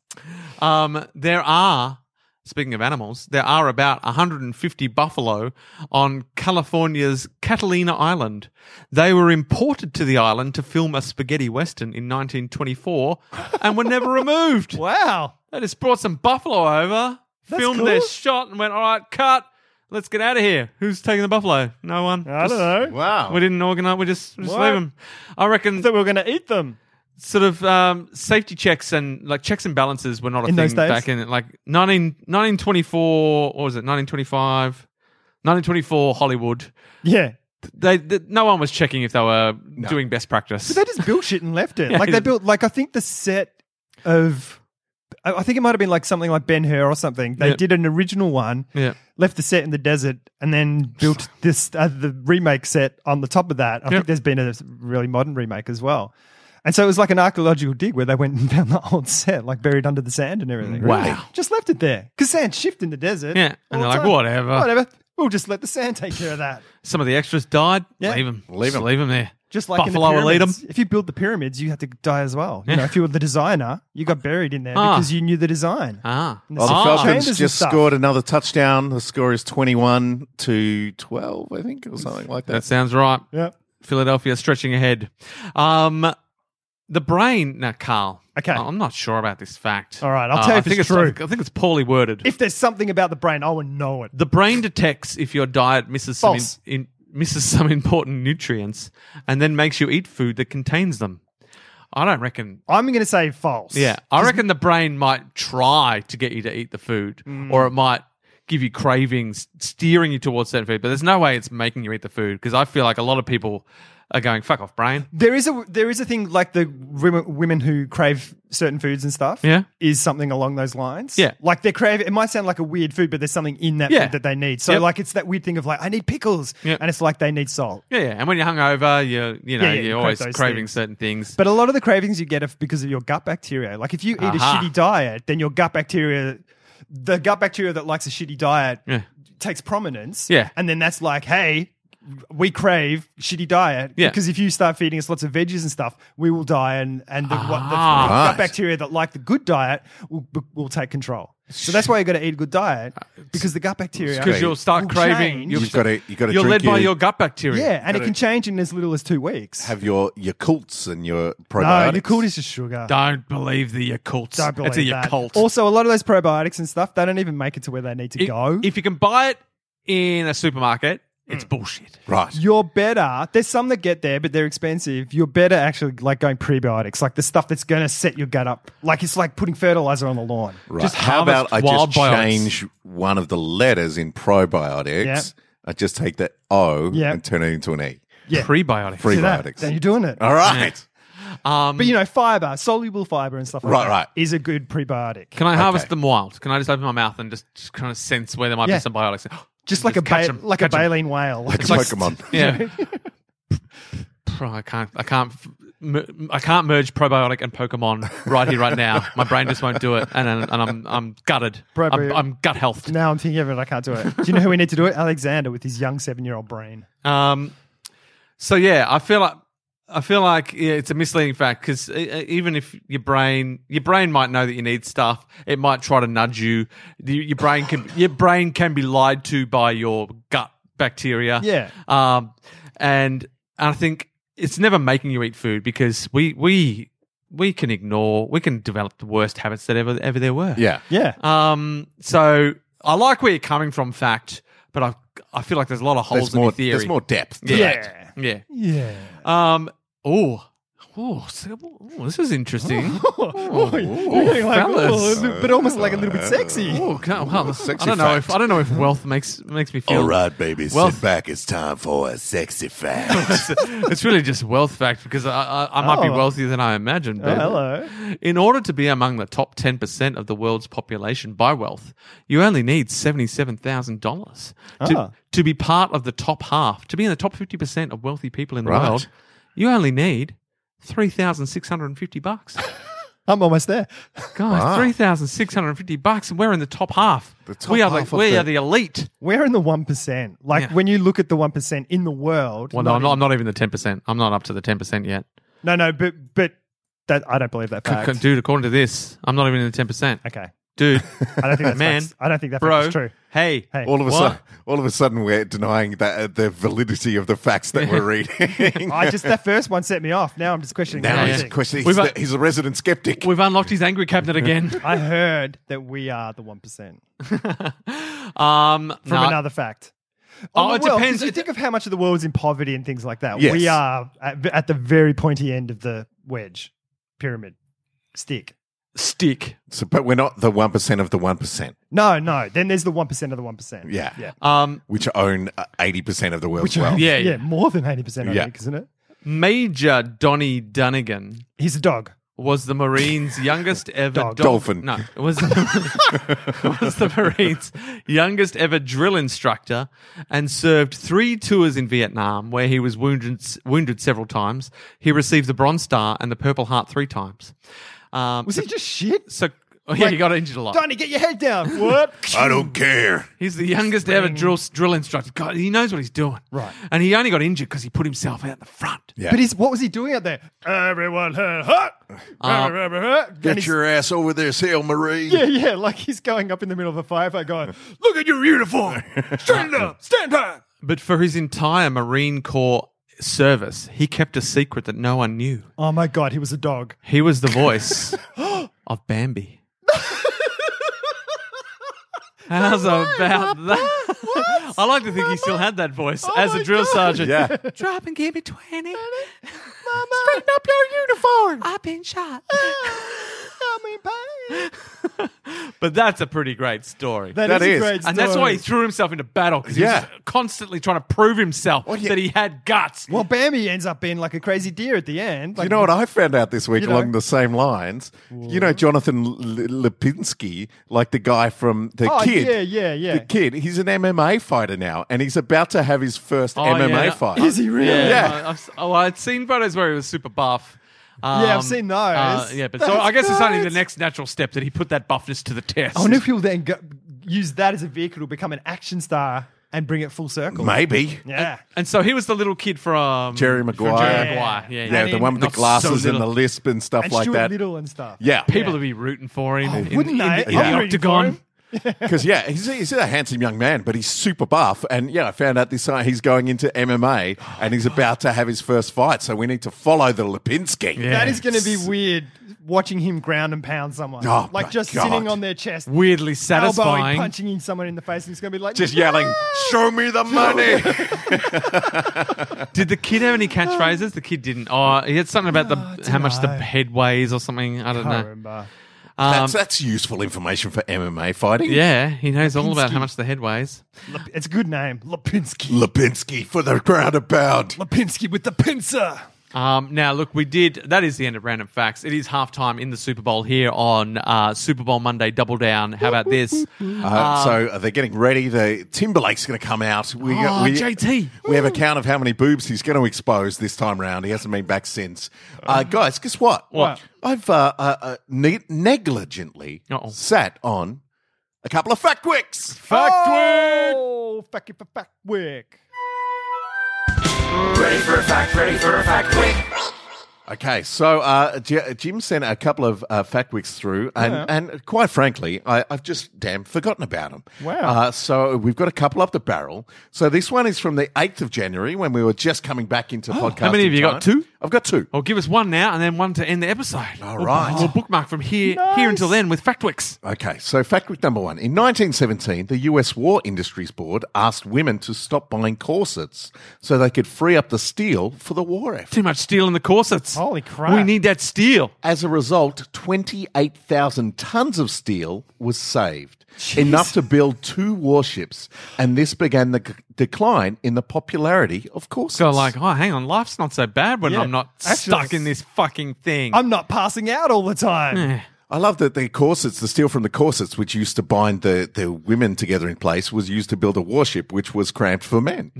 Speaker 3: Um, there are, speaking of animals, there are about 150 buffalo on California's Catalina Island. They were imported to the island to film a spaghetti western in 1924 and were never removed.
Speaker 4: Wow.
Speaker 3: They just brought some buffalo over, filmed their
Speaker 4: cool.
Speaker 3: shot, and went, all right, cut. Let's get out of here. Who's taking the buffalo? No one.
Speaker 4: I don't know.
Speaker 1: Wow.
Speaker 3: We didn't organize. We just, we just
Speaker 4: What?
Speaker 3: leave them. I reckon
Speaker 4: That we were going to eat them.
Speaker 3: sort of um, safety checks and like checks and balances were not a
Speaker 4: In
Speaker 3: thing
Speaker 4: those days?
Speaker 3: back in like 19, 1924, what was it, 1925, 1924 Hollywood.
Speaker 4: Yeah.
Speaker 3: They, th no one was checking if they were doing best practice.
Speaker 4: But they just built shit and left it.
Speaker 3: Yeah,
Speaker 4: like
Speaker 3: he
Speaker 4: they
Speaker 3: did.
Speaker 4: built like I think the set of I I think it might have been like something like Ben Hur or something. They
Speaker 3: Yeah.
Speaker 4: did an original one,
Speaker 3: Yeah.
Speaker 4: left the set in the desert, and then built this uh, the remake set on the top of that. I
Speaker 3: Yeah.
Speaker 4: think there's been a really modern remake as well. And so it was like an archaeological dig where they went and found the old set, like buried under the sand and everything.
Speaker 3: Wow.
Speaker 4: Just left it there because sand shift in the desert.
Speaker 3: Yeah. And they're
Speaker 4: all the
Speaker 3: like,
Speaker 4: time.
Speaker 3: whatever.
Speaker 4: whatever. We'll just let the sand take care of that.
Speaker 3: Some of the extras died.
Speaker 4: Yeah.
Speaker 3: Leave them.
Speaker 1: Leave 'em.
Speaker 3: Leave them there.
Speaker 4: Just like
Speaker 3: Buffalo
Speaker 4: in the
Speaker 3: will eat 'em.
Speaker 4: pyramids, If you build the pyramids, you had to die as well. You know, if you were the designer, you got buried in there
Speaker 3: Ah.
Speaker 4: because you knew the design.
Speaker 3: Ah.
Speaker 4: And
Speaker 1: Oh, the
Speaker 4: Ah.
Speaker 1: Falcons
Speaker 4: Chambers and
Speaker 1: just
Speaker 4: stuff.
Speaker 1: scored another touchdown. The score is 21 to 12, I think, or something like that.
Speaker 3: That sounds right.
Speaker 4: Yeah.
Speaker 3: Philadelphia stretching ahead. Um, the brain. Now, Carl.
Speaker 4: Okay.
Speaker 3: I'm not sure about this fact. Uh,
Speaker 4: All right, I'll tell you
Speaker 3: I
Speaker 4: if
Speaker 3: think
Speaker 4: it's
Speaker 3: I think it's poorly worded.
Speaker 4: If there's something about the brain, I would know it.
Speaker 3: the brain detects if your diet misses some
Speaker 4: False.
Speaker 3: in, misses some important nutrients, and then makes you eat food that contains them. I don't reckon.
Speaker 4: I'm going to say false.
Speaker 3: Yeah, I reckon the brain might try to get you to eat the food,
Speaker 4: Mm.
Speaker 3: or it might give you cravings, steering you towards certain food. But there's no way it's making you eat the food because I feel like a lot of people are going fuck off, brain.
Speaker 4: There is a there is a thing like the women, women who crave certain foods and stuff.
Speaker 3: Yeah.
Speaker 4: is something along those lines.
Speaker 3: Yeah.
Speaker 4: like they crave. It might sound like a weird food, but there's something in that
Speaker 3: Yeah.
Speaker 4: food that they need. So
Speaker 3: Yep.
Speaker 4: like it's that weird thing of like I need pickles,
Speaker 3: Yep.
Speaker 4: and it's like they need salt.
Speaker 3: Yeah, yeah. And when you're hungover, you you know
Speaker 4: Yeah, yeah, you
Speaker 3: you're
Speaker 4: crave
Speaker 3: always
Speaker 4: those
Speaker 3: craving
Speaker 4: things.
Speaker 3: certain things.
Speaker 4: But a lot of the cravings you get are because of your gut bacteria. Like if you eat
Speaker 3: Aha.
Speaker 4: a shitty diet, then your gut bacteria, the gut bacteria that likes a shitty diet,
Speaker 3: Yeah.
Speaker 4: takes prominence.
Speaker 3: Yeah.
Speaker 4: and then that's like, hey, we crave shitty diet.
Speaker 3: Yeah.
Speaker 4: because if you start feeding us lots of veggies and stuff, we will die, and and the, what, the
Speaker 3: Ah.
Speaker 1: Right.
Speaker 4: gut bacteria that like the good diet will will take control. So that's why you got to eat a good diet
Speaker 3: Uh,
Speaker 4: because the gut bacteria
Speaker 3: because you'll start
Speaker 4: will
Speaker 3: craving.
Speaker 4: change.
Speaker 3: You'll,
Speaker 1: You've got to, you got to
Speaker 3: you're
Speaker 1: drink
Speaker 3: led by
Speaker 1: your,
Speaker 3: your gut bacteria.
Speaker 4: yeah, and it can change in as little as two weeks.
Speaker 1: have your your cults and your
Speaker 4: no,
Speaker 1: probiotics.
Speaker 4: the cool is just sugar.
Speaker 3: Don't believe the occults.
Speaker 4: Don't believe
Speaker 3: it's a
Speaker 4: that.
Speaker 3: occult.
Speaker 4: Also, a lot of those probiotics and stuff, they don't even make it to where they need to
Speaker 3: if,
Speaker 4: go. Mm.
Speaker 3: if you can buy it in a supermarket, it's bullshit.
Speaker 1: right.
Speaker 4: you're better, there's some that get there, but they're expensive. You're better actually like going prebiotics, like the stuff that's going to set your gut up. Like it's like putting fertilizer on the lawn.
Speaker 1: right.
Speaker 3: just
Speaker 1: How about
Speaker 3: harvest
Speaker 1: I
Speaker 3: wild
Speaker 1: just
Speaker 3: biomes.
Speaker 1: change one of the letters in probiotics?
Speaker 4: Yep.
Speaker 1: I just take that O
Speaker 4: Yep.
Speaker 1: and turn it into an E.
Speaker 4: Yeah.
Speaker 3: Prebiotics.
Speaker 1: Pre-
Speaker 4: See that?
Speaker 1: Prebiotics.
Speaker 4: Then you're doing it.
Speaker 1: All right.
Speaker 3: um,
Speaker 4: But you know, fiber, soluble fiber and stuff like
Speaker 1: Right,
Speaker 4: that
Speaker 1: right.
Speaker 4: is a good prebiotic.
Speaker 3: can I harvest
Speaker 1: Okay.
Speaker 3: them wild? Can I just open my mouth and just, just kind of sense where there might
Speaker 4: Yeah.
Speaker 3: be some biotics?
Speaker 4: just like a
Speaker 3: catch
Speaker 4: ba-
Speaker 3: 'em,
Speaker 4: like a
Speaker 3: catch 'em.
Speaker 4: baleen whale.
Speaker 1: Like
Speaker 3: like-
Speaker 1: Pokemon.
Speaker 3: Yeah. Pro- I can't. I can't. f- mer- I can't merge probiotic and Pokemon right here, right now. My brain just won't do it, and and I'm I'm gutted. I'm,
Speaker 4: Probio-
Speaker 3: I'm gut health.
Speaker 4: now I'm thinking of it, I can't do it. Do you know who we need to do it? Alexander with his young seven year old brain.
Speaker 3: Um. So yeah, I feel like. I feel like yeah, it's a misleading fact because even if your brain your brain might know that you need stuff, it might try to nudge you. Your, your brain can your brain can be lied to by your gut bacteria.
Speaker 4: Yeah.
Speaker 3: Um, and I think it's never making you eat food because we we we can ignore we can develop the worst habits that ever ever there were.
Speaker 1: Yeah.
Speaker 4: Yeah.
Speaker 3: Um. So I like where you're coming from, fact, but I I feel like there's a lot of holes
Speaker 1: There's
Speaker 3: in
Speaker 1: more,
Speaker 3: your theory.
Speaker 1: there's more depth. to
Speaker 3: Yeah.
Speaker 1: that.
Speaker 3: Yeah.
Speaker 4: Yeah.
Speaker 3: Um. Oh. Oh. so- oh, This is interesting.
Speaker 4: Oh, you're getting like,
Speaker 3: fellas.
Speaker 4: "Oh," but almost like a little bit sexy.
Speaker 3: Oh, God, well,
Speaker 1: Sexy
Speaker 3: I don't know
Speaker 1: fact.
Speaker 3: if I don't know if wealth makes makes me feel
Speaker 1: baby,
Speaker 3: Well-
Speaker 1: back. It's time for a sexy fact.
Speaker 3: It's, it's really just wealth fact because I I, I might be
Speaker 4: Oh.
Speaker 3: wealthier than I imagined.
Speaker 4: Oh,
Speaker 3: but-
Speaker 4: hello.
Speaker 3: In order to be among the top 10% of the world's population by wealth, you only need $77,000 to,
Speaker 4: Ah.
Speaker 3: to be part of the top half. To be in the top 50% of wealthy people in the
Speaker 1: Right.
Speaker 3: world, you only need 3,650 bucks.
Speaker 4: I'm almost there.
Speaker 3: Guys,
Speaker 1: Wow.
Speaker 3: 3,650 bucks and we're in the top half.
Speaker 1: The top
Speaker 3: we are
Speaker 1: half
Speaker 3: the,
Speaker 1: of
Speaker 3: we
Speaker 1: the-
Speaker 3: are the elite.
Speaker 4: We're in the one percent. Like
Speaker 3: Yeah.
Speaker 4: when you look at the one percent in the world.
Speaker 3: Well, no, I'm
Speaker 4: in-
Speaker 3: not, I'm not even the 10%. I'm not up to the 10% yet.
Speaker 4: No, no, but but that I don't believe that
Speaker 3: C-
Speaker 4: fact.
Speaker 3: c- Dude, according to this, I'm not even in the 10%.
Speaker 4: okay,
Speaker 3: Dude,
Speaker 4: I don't think that's
Speaker 3: Man,
Speaker 4: I don't think that
Speaker 3: bro,
Speaker 4: that's true.
Speaker 3: hey,
Speaker 4: Hey.
Speaker 1: all of a
Speaker 3: Why?
Speaker 1: sudden, all of a sudden, we're denying that uh, the validity of the facts that we're reading.
Speaker 4: I just that first one set me off. Now I'm just questioning.
Speaker 1: now
Speaker 3: Yeah,
Speaker 1: he's
Speaker 3: yeah.
Speaker 1: a question. He's,
Speaker 3: We've, uh,
Speaker 1: the- he's a resident skeptic.
Speaker 3: we've unlocked his angry cabinet again.
Speaker 4: I heard that we are the one percent
Speaker 3: Um,
Speaker 4: from
Speaker 3: no,
Speaker 4: another fact.
Speaker 3: Oh,
Speaker 4: On the
Speaker 3: it
Speaker 4: world,
Speaker 3: depends.
Speaker 4: 'cause You
Speaker 3: It-
Speaker 4: think of how much of the world is in poverty and things like that.
Speaker 1: Yes.
Speaker 4: We are at, at the very pointy end of the wedge. pyramid stick.
Speaker 3: Stick.
Speaker 1: So, but we're not the one percent of the one percent.
Speaker 4: No, no. Then there's the one percent of the one percent.
Speaker 1: Yeah.
Speaker 4: yeah, uh,
Speaker 3: Um,
Speaker 1: Which own uh, eighty percent of the world's wealth.
Speaker 3: yeah,
Speaker 4: yeah. More than eighty percent, I
Speaker 1: Yeah.
Speaker 4: think, isn't it?
Speaker 3: Major Donnie Dunnigan
Speaker 4: He's a dog.
Speaker 3: was the Marines' youngest ever
Speaker 4: Dog.
Speaker 1: Dolphin.
Speaker 3: No, it was was the Marines' youngest ever drill instructor, and served three tours in Vietnam, where he was wounded wounded several times. He received the Bronze Star and the Purple Heart three times. Um,
Speaker 4: Was
Speaker 3: so,
Speaker 4: he just shit?
Speaker 3: so? oh, yeah, he got injured a lot.
Speaker 4: Donnie, get your head down. What?
Speaker 1: I don't care.
Speaker 3: He's the youngest ever drill drill instructor. God, he knows what he's doing.
Speaker 4: Right.
Speaker 3: and he only got injured because he put himself out the front.
Speaker 1: Yeah.
Speaker 4: But he's what was he doing out there? Everyone heard
Speaker 3: Uh,
Speaker 1: Get your ass over there, Sail Marine.
Speaker 4: Yeah, yeah, like he's going up in the middle of a firefight going,
Speaker 3: Look at your uniform. Stand up. Stand up. But for his entire Marine Corps service, he kept a secret that no one knew.
Speaker 4: Oh my god, he was a dog.
Speaker 3: He was the voice of Bambi. How's about that? I like to think he still had that voice as a drill sergeant.
Speaker 1: Yeah.
Speaker 3: Drop and give me 20. Mama. Straighten up your uniform. I've been shot. but that's a pretty great story.
Speaker 1: That
Speaker 4: a
Speaker 1: is.
Speaker 4: great
Speaker 3: and that's why
Speaker 4: story.
Speaker 3: he threw himself into battle because
Speaker 1: Yeah.
Speaker 3: he was constantly trying to prove himself
Speaker 1: Well, yeah.
Speaker 3: that he had guts.
Speaker 4: Well, Bambi ends up being like a crazy deer at the end. Like,
Speaker 1: you know what I found out this week
Speaker 4: You know-
Speaker 1: along the same lines? You know Jonathan L- L- Lipinski, like the guy from the
Speaker 4: Oh,
Speaker 1: kid.
Speaker 4: yeah, yeah, yeah.
Speaker 1: The kid. He's an MMA fighter now, and he's about to have his first
Speaker 3: Oh,
Speaker 1: MMA
Speaker 3: yeah.
Speaker 1: fight.
Speaker 4: Is he really?
Speaker 3: Yeah,
Speaker 1: Yeah.
Speaker 3: I- I've, s- oh, I'd seen photos where he was super buff.
Speaker 4: Yeah, I've
Speaker 3: Um,
Speaker 4: seen those.
Speaker 3: yeah, but
Speaker 4: That's
Speaker 3: so I guess it's only
Speaker 4: great.
Speaker 3: the next natural step that he put that buffness to the test.
Speaker 4: I wonder if he'll then go, use that as a vehicle to become an action star and bring it full circle.
Speaker 1: Maybe.
Speaker 4: Yeah.
Speaker 3: and so he was the little kid from
Speaker 1: Jerry
Speaker 3: from
Speaker 1: Maguire.
Speaker 3: Jerry
Speaker 1: Yeah.
Speaker 3: Maguire. Yeah,
Speaker 1: Yeah, the
Speaker 4: mean,
Speaker 1: one with the
Speaker 3: not so
Speaker 1: glasses and the
Speaker 3: little.
Speaker 1: lisp and stuff
Speaker 4: And
Speaker 1: like
Speaker 4: Stuart
Speaker 1: that.
Speaker 4: Little and stuff.
Speaker 1: Yeah,
Speaker 3: People would be rooting for
Speaker 1: Oh,
Speaker 3: him. in,
Speaker 4: wouldn't
Speaker 3: in,
Speaker 4: they?
Speaker 3: in
Speaker 1: I'm
Speaker 3: the
Speaker 4: rooting for
Speaker 3: octagon.
Speaker 4: him.
Speaker 1: because yeah, he's, he's a handsome young man, but he's super buff. And yeah, I found out this time he's going into MMA and he's about to have his first fight. So we need to follow the Lipinski.
Speaker 4: That is going to be weird watching him ground and pound someone.
Speaker 1: Oh, my
Speaker 4: like just
Speaker 1: God.
Speaker 4: sitting on their chest,
Speaker 3: Weirdly
Speaker 4: elbowing,
Speaker 3: satisfying.
Speaker 4: punching in someone in the face, and he's going to be like,
Speaker 1: just yelling, "Show me the money!"
Speaker 3: Did the kid have any catchphrases? The kid didn't. Oh, he had something about the how much the head weighs or something. I don't
Speaker 4: I
Speaker 3: know.
Speaker 4: remember.
Speaker 1: that's, that's useful information for MMA fighting.
Speaker 3: Yeah, he knows all about how much the head weighs.
Speaker 4: Lip- It's a good name. Lipinski.
Speaker 1: Lipinski for the crowd about.
Speaker 4: Lipinski with the pincer.
Speaker 3: Um, now, look, we did. That is the end of random facts. It is halftime in the Super Bowl here on uh, Super Bowl Monday. Double down. How about this? Um,
Speaker 1: Uh, so they're getting ready. The Timberlake's going to come out. We,
Speaker 3: Oh, Mm.
Speaker 1: we,
Speaker 3: JT.
Speaker 1: We have a count of how many boobs he's going to expose this time round. He hasn't been back since. Uh, guys, guess what?
Speaker 3: Uh-huh. What?
Speaker 1: I've uh, uh, uh, ne- negligently
Speaker 3: Uh-oh.
Speaker 1: sat on a couple of fact wicks.
Speaker 4: Oh, facky for fact work.
Speaker 1: Okay, so uh, J- Jim sent a couple of uh, fact wicks through, and, and quite frankly, I, I've just damn forgotten about them.
Speaker 4: Wow.
Speaker 1: Uh, so we've got a couple up the barrel. So this one is from the 8th of January when we were just coming back into podcast.
Speaker 3: How many have you got? Two?
Speaker 1: I've got two.
Speaker 3: Well, give us one now and then one to end the episode.
Speaker 1: All
Speaker 3: We'll-
Speaker 1: right.
Speaker 3: We'll bookmark from here here until then with Factwix.
Speaker 1: Okay, so fact week number one. In 1917, the US War Industries Board asked women to stop buying corsets so they could free up the steel for the war effort.
Speaker 3: Too much steel in the corsets.
Speaker 4: Holy crap.
Speaker 3: We need that steel.
Speaker 1: As a result, 28,000 tons of steel was saved, enough to build two warships, and this began the c- decline in the popularity of corsets.
Speaker 3: So, like, oh, hang on, life's not so bad when
Speaker 4: Yeah.
Speaker 3: I'm not
Speaker 4: Actually,
Speaker 3: stuck in this fucking thing.
Speaker 4: I'm not passing out all the time.
Speaker 1: I love that the corsets, the steel from the corsets, which used to bind the, the women together in place, was used to build a warship, which was cramped for men.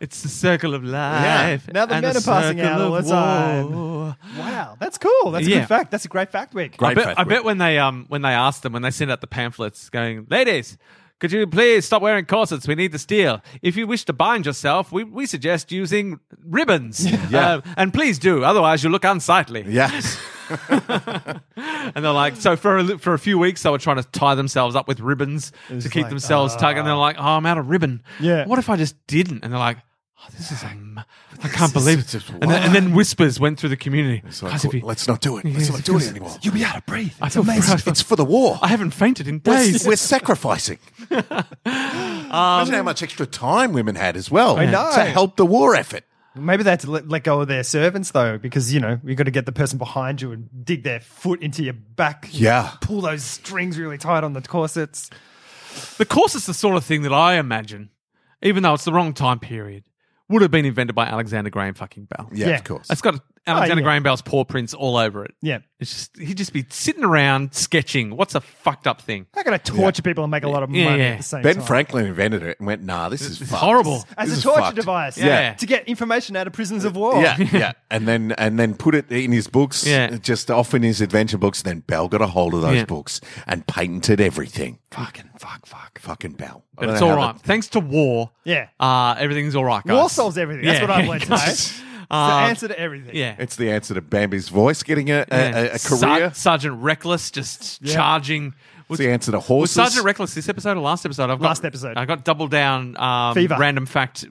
Speaker 3: it's the circle of life.
Speaker 4: Now the
Speaker 3: and
Speaker 4: men are passing
Speaker 3: circle
Speaker 4: out all
Speaker 3: of
Speaker 4: the time.
Speaker 3: war.
Speaker 4: wow, that's cool. That's a
Speaker 3: Yeah.
Speaker 4: good fact. That's a great fact week.
Speaker 1: Great
Speaker 3: I bet,
Speaker 1: fact
Speaker 3: I
Speaker 1: week.
Speaker 3: bet when they um when they asked them when they sent out the pamphlets going, ladies, could you please stop wearing corsets? We need the steel. If you wish to bind yourself, we, we suggest using ribbons. Uh, and please do, otherwise you look unsightly.
Speaker 1: Yes.
Speaker 3: And they're like, so for a, li- for a few weeks they were trying to tie themselves up with ribbons to keep
Speaker 4: like,
Speaker 3: themselves tugged. And they're like, oh, I'm out of ribbon.
Speaker 4: Yeah.
Speaker 3: What if I just didn't? And they're like. Oh, this is am- I can't believe it. And then, and then whispers went through the community.
Speaker 1: So I
Speaker 3: Guys,
Speaker 1: thought,
Speaker 3: if you-
Speaker 1: let's not do it. Let's not do it anymore.
Speaker 4: You'll be able to breathe.
Speaker 3: I
Speaker 4: It's
Speaker 3: feel
Speaker 4: amazing.
Speaker 3: proud.
Speaker 1: It's for the war.
Speaker 3: I haven't fainted in
Speaker 1: We're,
Speaker 3: days.
Speaker 1: we're sacrificing. Imagine how much extra time women had as well
Speaker 4: I know.
Speaker 1: to help the war effort.
Speaker 4: Maybe they had to let, let go of their servants though, because you know you got to get the person behind you and dig their foot into your back.
Speaker 1: Yeah.
Speaker 4: pull those strings really tight on the corsets.
Speaker 3: The corset's the sort of thing that I imagine, even though it's the wrong time period, would have been invented by Alexander Graham fucking Bell.
Speaker 1: Yeah,
Speaker 4: Yeah.
Speaker 1: of course.
Speaker 3: It's got Alexander
Speaker 4: Oh, yeah.
Speaker 3: Graham Bell's paw prints all over it.
Speaker 4: Yeah,
Speaker 3: It's just he'd just be sitting around sketching. What's a fucked up thing?
Speaker 4: how can I torture people and make a lot of money
Speaker 3: Yeah, yeah.
Speaker 4: at the same
Speaker 1: Ben
Speaker 4: time?
Speaker 1: Franklin invented it and went, nah, this is
Speaker 3: is
Speaker 1: fucked.
Speaker 3: horrible.
Speaker 4: as
Speaker 1: This
Speaker 4: a
Speaker 1: is
Speaker 4: torture
Speaker 1: fucked.
Speaker 4: device,
Speaker 3: Yeah. Yeah.
Speaker 4: to get information out of prisoners of war.
Speaker 1: Yeah, yeah, and then and then put it in his books,
Speaker 3: Yeah.
Speaker 1: just off in his adventure books. Then Bell got a hold of those
Speaker 3: Yeah.
Speaker 1: books and patented everything.
Speaker 3: Fucking fuck, fuck.
Speaker 1: Fucking Bell, I
Speaker 3: But
Speaker 1: don't
Speaker 3: it's
Speaker 1: know
Speaker 3: all
Speaker 1: how
Speaker 3: right. Thanks to war,
Speaker 4: Yeah.
Speaker 3: uh, everything's all right, guys.
Speaker 4: War solves everything. That's
Speaker 3: Yeah.
Speaker 4: what I've learned today. it's the
Speaker 3: Uh,
Speaker 4: answer to everything.
Speaker 3: Yeah.
Speaker 1: that- It's the answer to Bambi's voice getting a, a,
Speaker 3: Yeah.
Speaker 1: a, a
Speaker 3: Ser-
Speaker 1: career.
Speaker 3: Sergeant Reckless just
Speaker 4: Yeah.
Speaker 3: charging.
Speaker 1: it's
Speaker 3: Was,
Speaker 1: the answer to
Speaker 3: was
Speaker 1: horses.
Speaker 3: Sergeant Reckless this episode or last episode? I've got,
Speaker 4: Last episode.
Speaker 3: I got double down um,
Speaker 4: Fever.
Speaker 3: random fact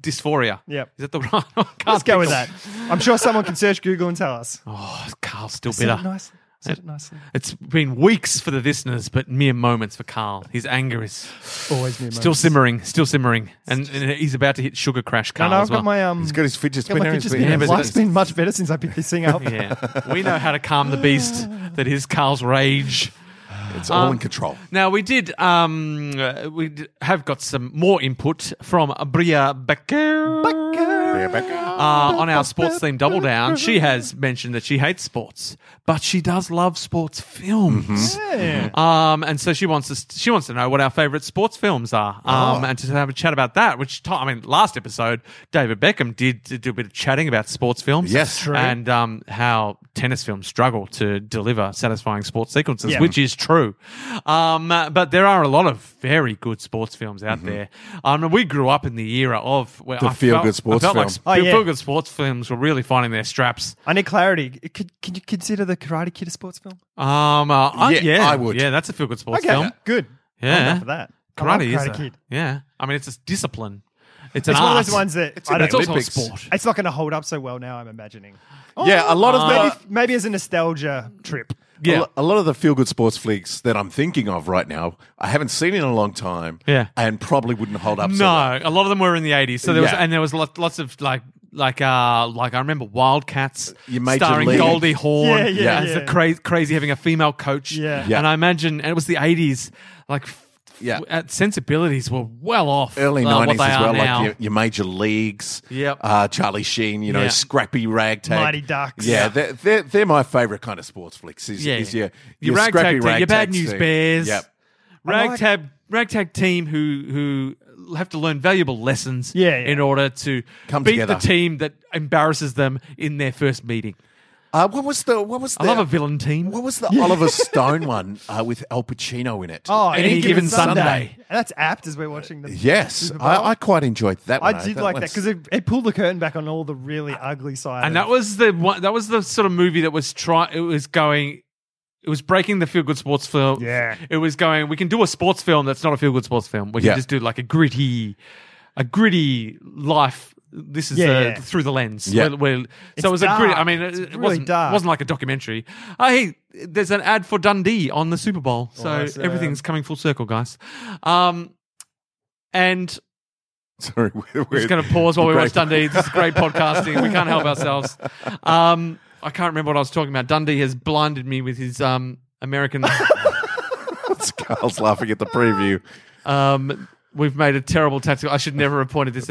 Speaker 3: dysphoria.
Speaker 4: Yep.
Speaker 3: Is that the right? I can't
Speaker 4: Let's go
Speaker 3: think
Speaker 4: with
Speaker 3: of-
Speaker 4: that. I'm sure someone can search Google and tell us.
Speaker 3: Oh, Carl's still
Speaker 4: Said
Speaker 3: bitter.
Speaker 4: it nicely. Said it nicely.
Speaker 3: It's been weeks for the listeners, but mere moments for Carl. His anger is
Speaker 4: Always new.
Speaker 3: still simmering, still simmering, and, and he's about to hit sugar crash. Carl
Speaker 4: And I've
Speaker 3: as well.
Speaker 4: got my um.
Speaker 1: He's got his fidget
Speaker 4: got
Speaker 1: spinner.
Speaker 4: my
Speaker 1: and
Speaker 4: fidget
Speaker 1: he's been-
Speaker 4: spinner.
Speaker 3: Yeah, but
Speaker 4: Life's
Speaker 3: it's-
Speaker 4: been much better since I picked this thing up.
Speaker 3: yeah, we know how to calm the beast that is Carl's rage.
Speaker 1: It's all in control.
Speaker 3: Now we did. Um, uh, we d- have got some more input from Bria Becker. Becker.
Speaker 1: Rebecca.
Speaker 3: Uh, on our sports theme double down, she has mentioned that she hates sports, but she does love sports films. Um, and so she wants us. She wants to know what our favorite sports films are,
Speaker 1: Oh.
Speaker 3: um, and to have a chat about that. Which to- I mean, last episode, David Beckham did, did do a bit of chatting about sports films.
Speaker 1: Yes. True.
Speaker 3: and um, how tennis films struggle to deliver satisfying sports sequences,
Speaker 4: Yeah.
Speaker 3: which is true. Um, uh, but there are a lot of very good sports films out there. Um, and we grew up in the era of where
Speaker 1: Mm-hmm. The
Speaker 3: I
Speaker 1: feel-good
Speaker 3: felt-
Speaker 1: sports
Speaker 3: I felt like
Speaker 1: film.
Speaker 3: sp-
Speaker 4: Oh, yeah.
Speaker 3: feel-good sports films were really finding their straps.
Speaker 4: I need clarity. Could, can you consider the Karate Kid a sports film?
Speaker 3: Um, uh, I,
Speaker 1: Yeah,
Speaker 3: yeah,
Speaker 1: I would.
Speaker 3: Yeah, that's a feel-good sports film.
Speaker 4: good.
Speaker 3: Yeah.
Speaker 4: I'm down for that. I love
Speaker 3: Karate, is
Speaker 4: Karate
Speaker 3: a-
Speaker 4: Kid.
Speaker 3: Yeah, I mean it's a discipline. It's, an
Speaker 4: It's one of
Speaker 3: art.
Speaker 4: those ones that I
Speaker 1: an
Speaker 4: don't.
Speaker 3: It's also a
Speaker 1: Olympics.
Speaker 3: sport.
Speaker 4: It's not going to hold up so well now. I'm imagining. Oh,
Speaker 1: yeah, a lot of
Speaker 4: Maybe,
Speaker 1: the,
Speaker 4: maybe as a nostalgia trip.
Speaker 1: A
Speaker 3: Yeah.
Speaker 1: lo- A lot of the feel good sports flicks that I'm thinking of right now, I haven't seen in a long time.
Speaker 3: Yeah.
Speaker 1: And probably wouldn't hold up. so well.
Speaker 3: No, a lot of them were in the eighties. So there was,
Speaker 1: Yeah.
Speaker 3: and there was lot, lots of like, like, uh, like I remember Wildcats
Speaker 1: Your Major
Speaker 3: starring
Speaker 1: League.
Speaker 3: Goldie Hawn
Speaker 4: Yeah, yeah,
Speaker 3: as
Speaker 4: yeah.
Speaker 3: the cra- crazy having a female coach.
Speaker 4: Yeah.
Speaker 1: Yeah.
Speaker 3: and I imagine and it was the eighties. Like, f-
Speaker 1: Yeah.
Speaker 3: uh, sensibilities were well off
Speaker 1: Early
Speaker 3: uh,
Speaker 1: 90s
Speaker 3: what they
Speaker 1: as
Speaker 3: are
Speaker 1: well,
Speaker 3: now.
Speaker 1: like your, your major leagues.
Speaker 3: Yep.
Speaker 1: Uh, Charlie Sheen, you know,
Speaker 3: Yeah.
Speaker 1: scrappy ragtag.
Speaker 4: Mighty Ducks.
Speaker 1: Yeah,
Speaker 4: Yeah.
Speaker 1: They're, they're, they're my favorite kind of sports flicks. Is,
Speaker 3: Yeah,
Speaker 1: is
Speaker 3: yeah.
Speaker 1: your,
Speaker 3: Your
Speaker 1: your,
Speaker 3: ragtag
Speaker 1: scrappy
Speaker 3: team, your
Speaker 1: ragtag
Speaker 3: Bad News
Speaker 1: team.
Speaker 3: Bears.
Speaker 1: Yep.
Speaker 3: ragtag ragtag team who who have to learn valuable lessons
Speaker 4: Yeah, yeah.
Speaker 3: in order to
Speaker 1: Come
Speaker 3: beat
Speaker 1: together.
Speaker 3: the team that embarrasses them in their first meeting.
Speaker 1: Uh, what was the what was the
Speaker 3: I love a villain team.
Speaker 1: What was the Oliver Stone one uh, with Al Pacino in it?
Speaker 4: Oh,
Speaker 3: Any Given Sunday.
Speaker 4: And that's apt as we're watching the.
Speaker 1: yes,
Speaker 4: Super Bowl.
Speaker 1: I, I quite enjoyed that.
Speaker 4: I
Speaker 1: one.
Speaker 4: did like that
Speaker 1: one's-
Speaker 4: because it, it pulled the curtain back on all the really ugly sides.
Speaker 3: and that was the one, that was the sort of movie that was try it was going it was breaking the feel good sports film.
Speaker 4: Yeah.
Speaker 3: It was going we can do a sports film that's not a feel good sports film. We can
Speaker 1: Yeah.
Speaker 3: just do like a gritty a gritty life this is
Speaker 4: Yeah,
Speaker 3: uh
Speaker 4: yeah.
Speaker 3: through the lens.
Speaker 1: Yeah.
Speaker 3: Where- where-
Speaker 4: It's
Speaker 3: so it was a gritty.
Speaker 4: dark.
Speaker 3: I mean, it,
Speaker 4: It's
Speaker 3: it
Speaker 4: really
Speaker 3: wasn't,
Speaker 4: dark.
Speaker 3: wasn't like a documentary. Uh, hey, there's an ad for Dundee on the Super Bowl, so
Speaker 4: Awesome.
Speaker 3: everything's coming full circle, guys. Um, and
Speaker 1: Sorry, we're,
Speaker 3: we're just going to pause while we
Speaker 1: Great.
Speaker 3: watch Dundee. This is great podcasting. We can't help ourselves. Um, I can't remember what I was talking about. Dundee has blinded me with his um, American.
Speaker 1: Carl's laughing at the preview.
Speaker 3: Um, we've made a terrible tactical. I should never have pointed this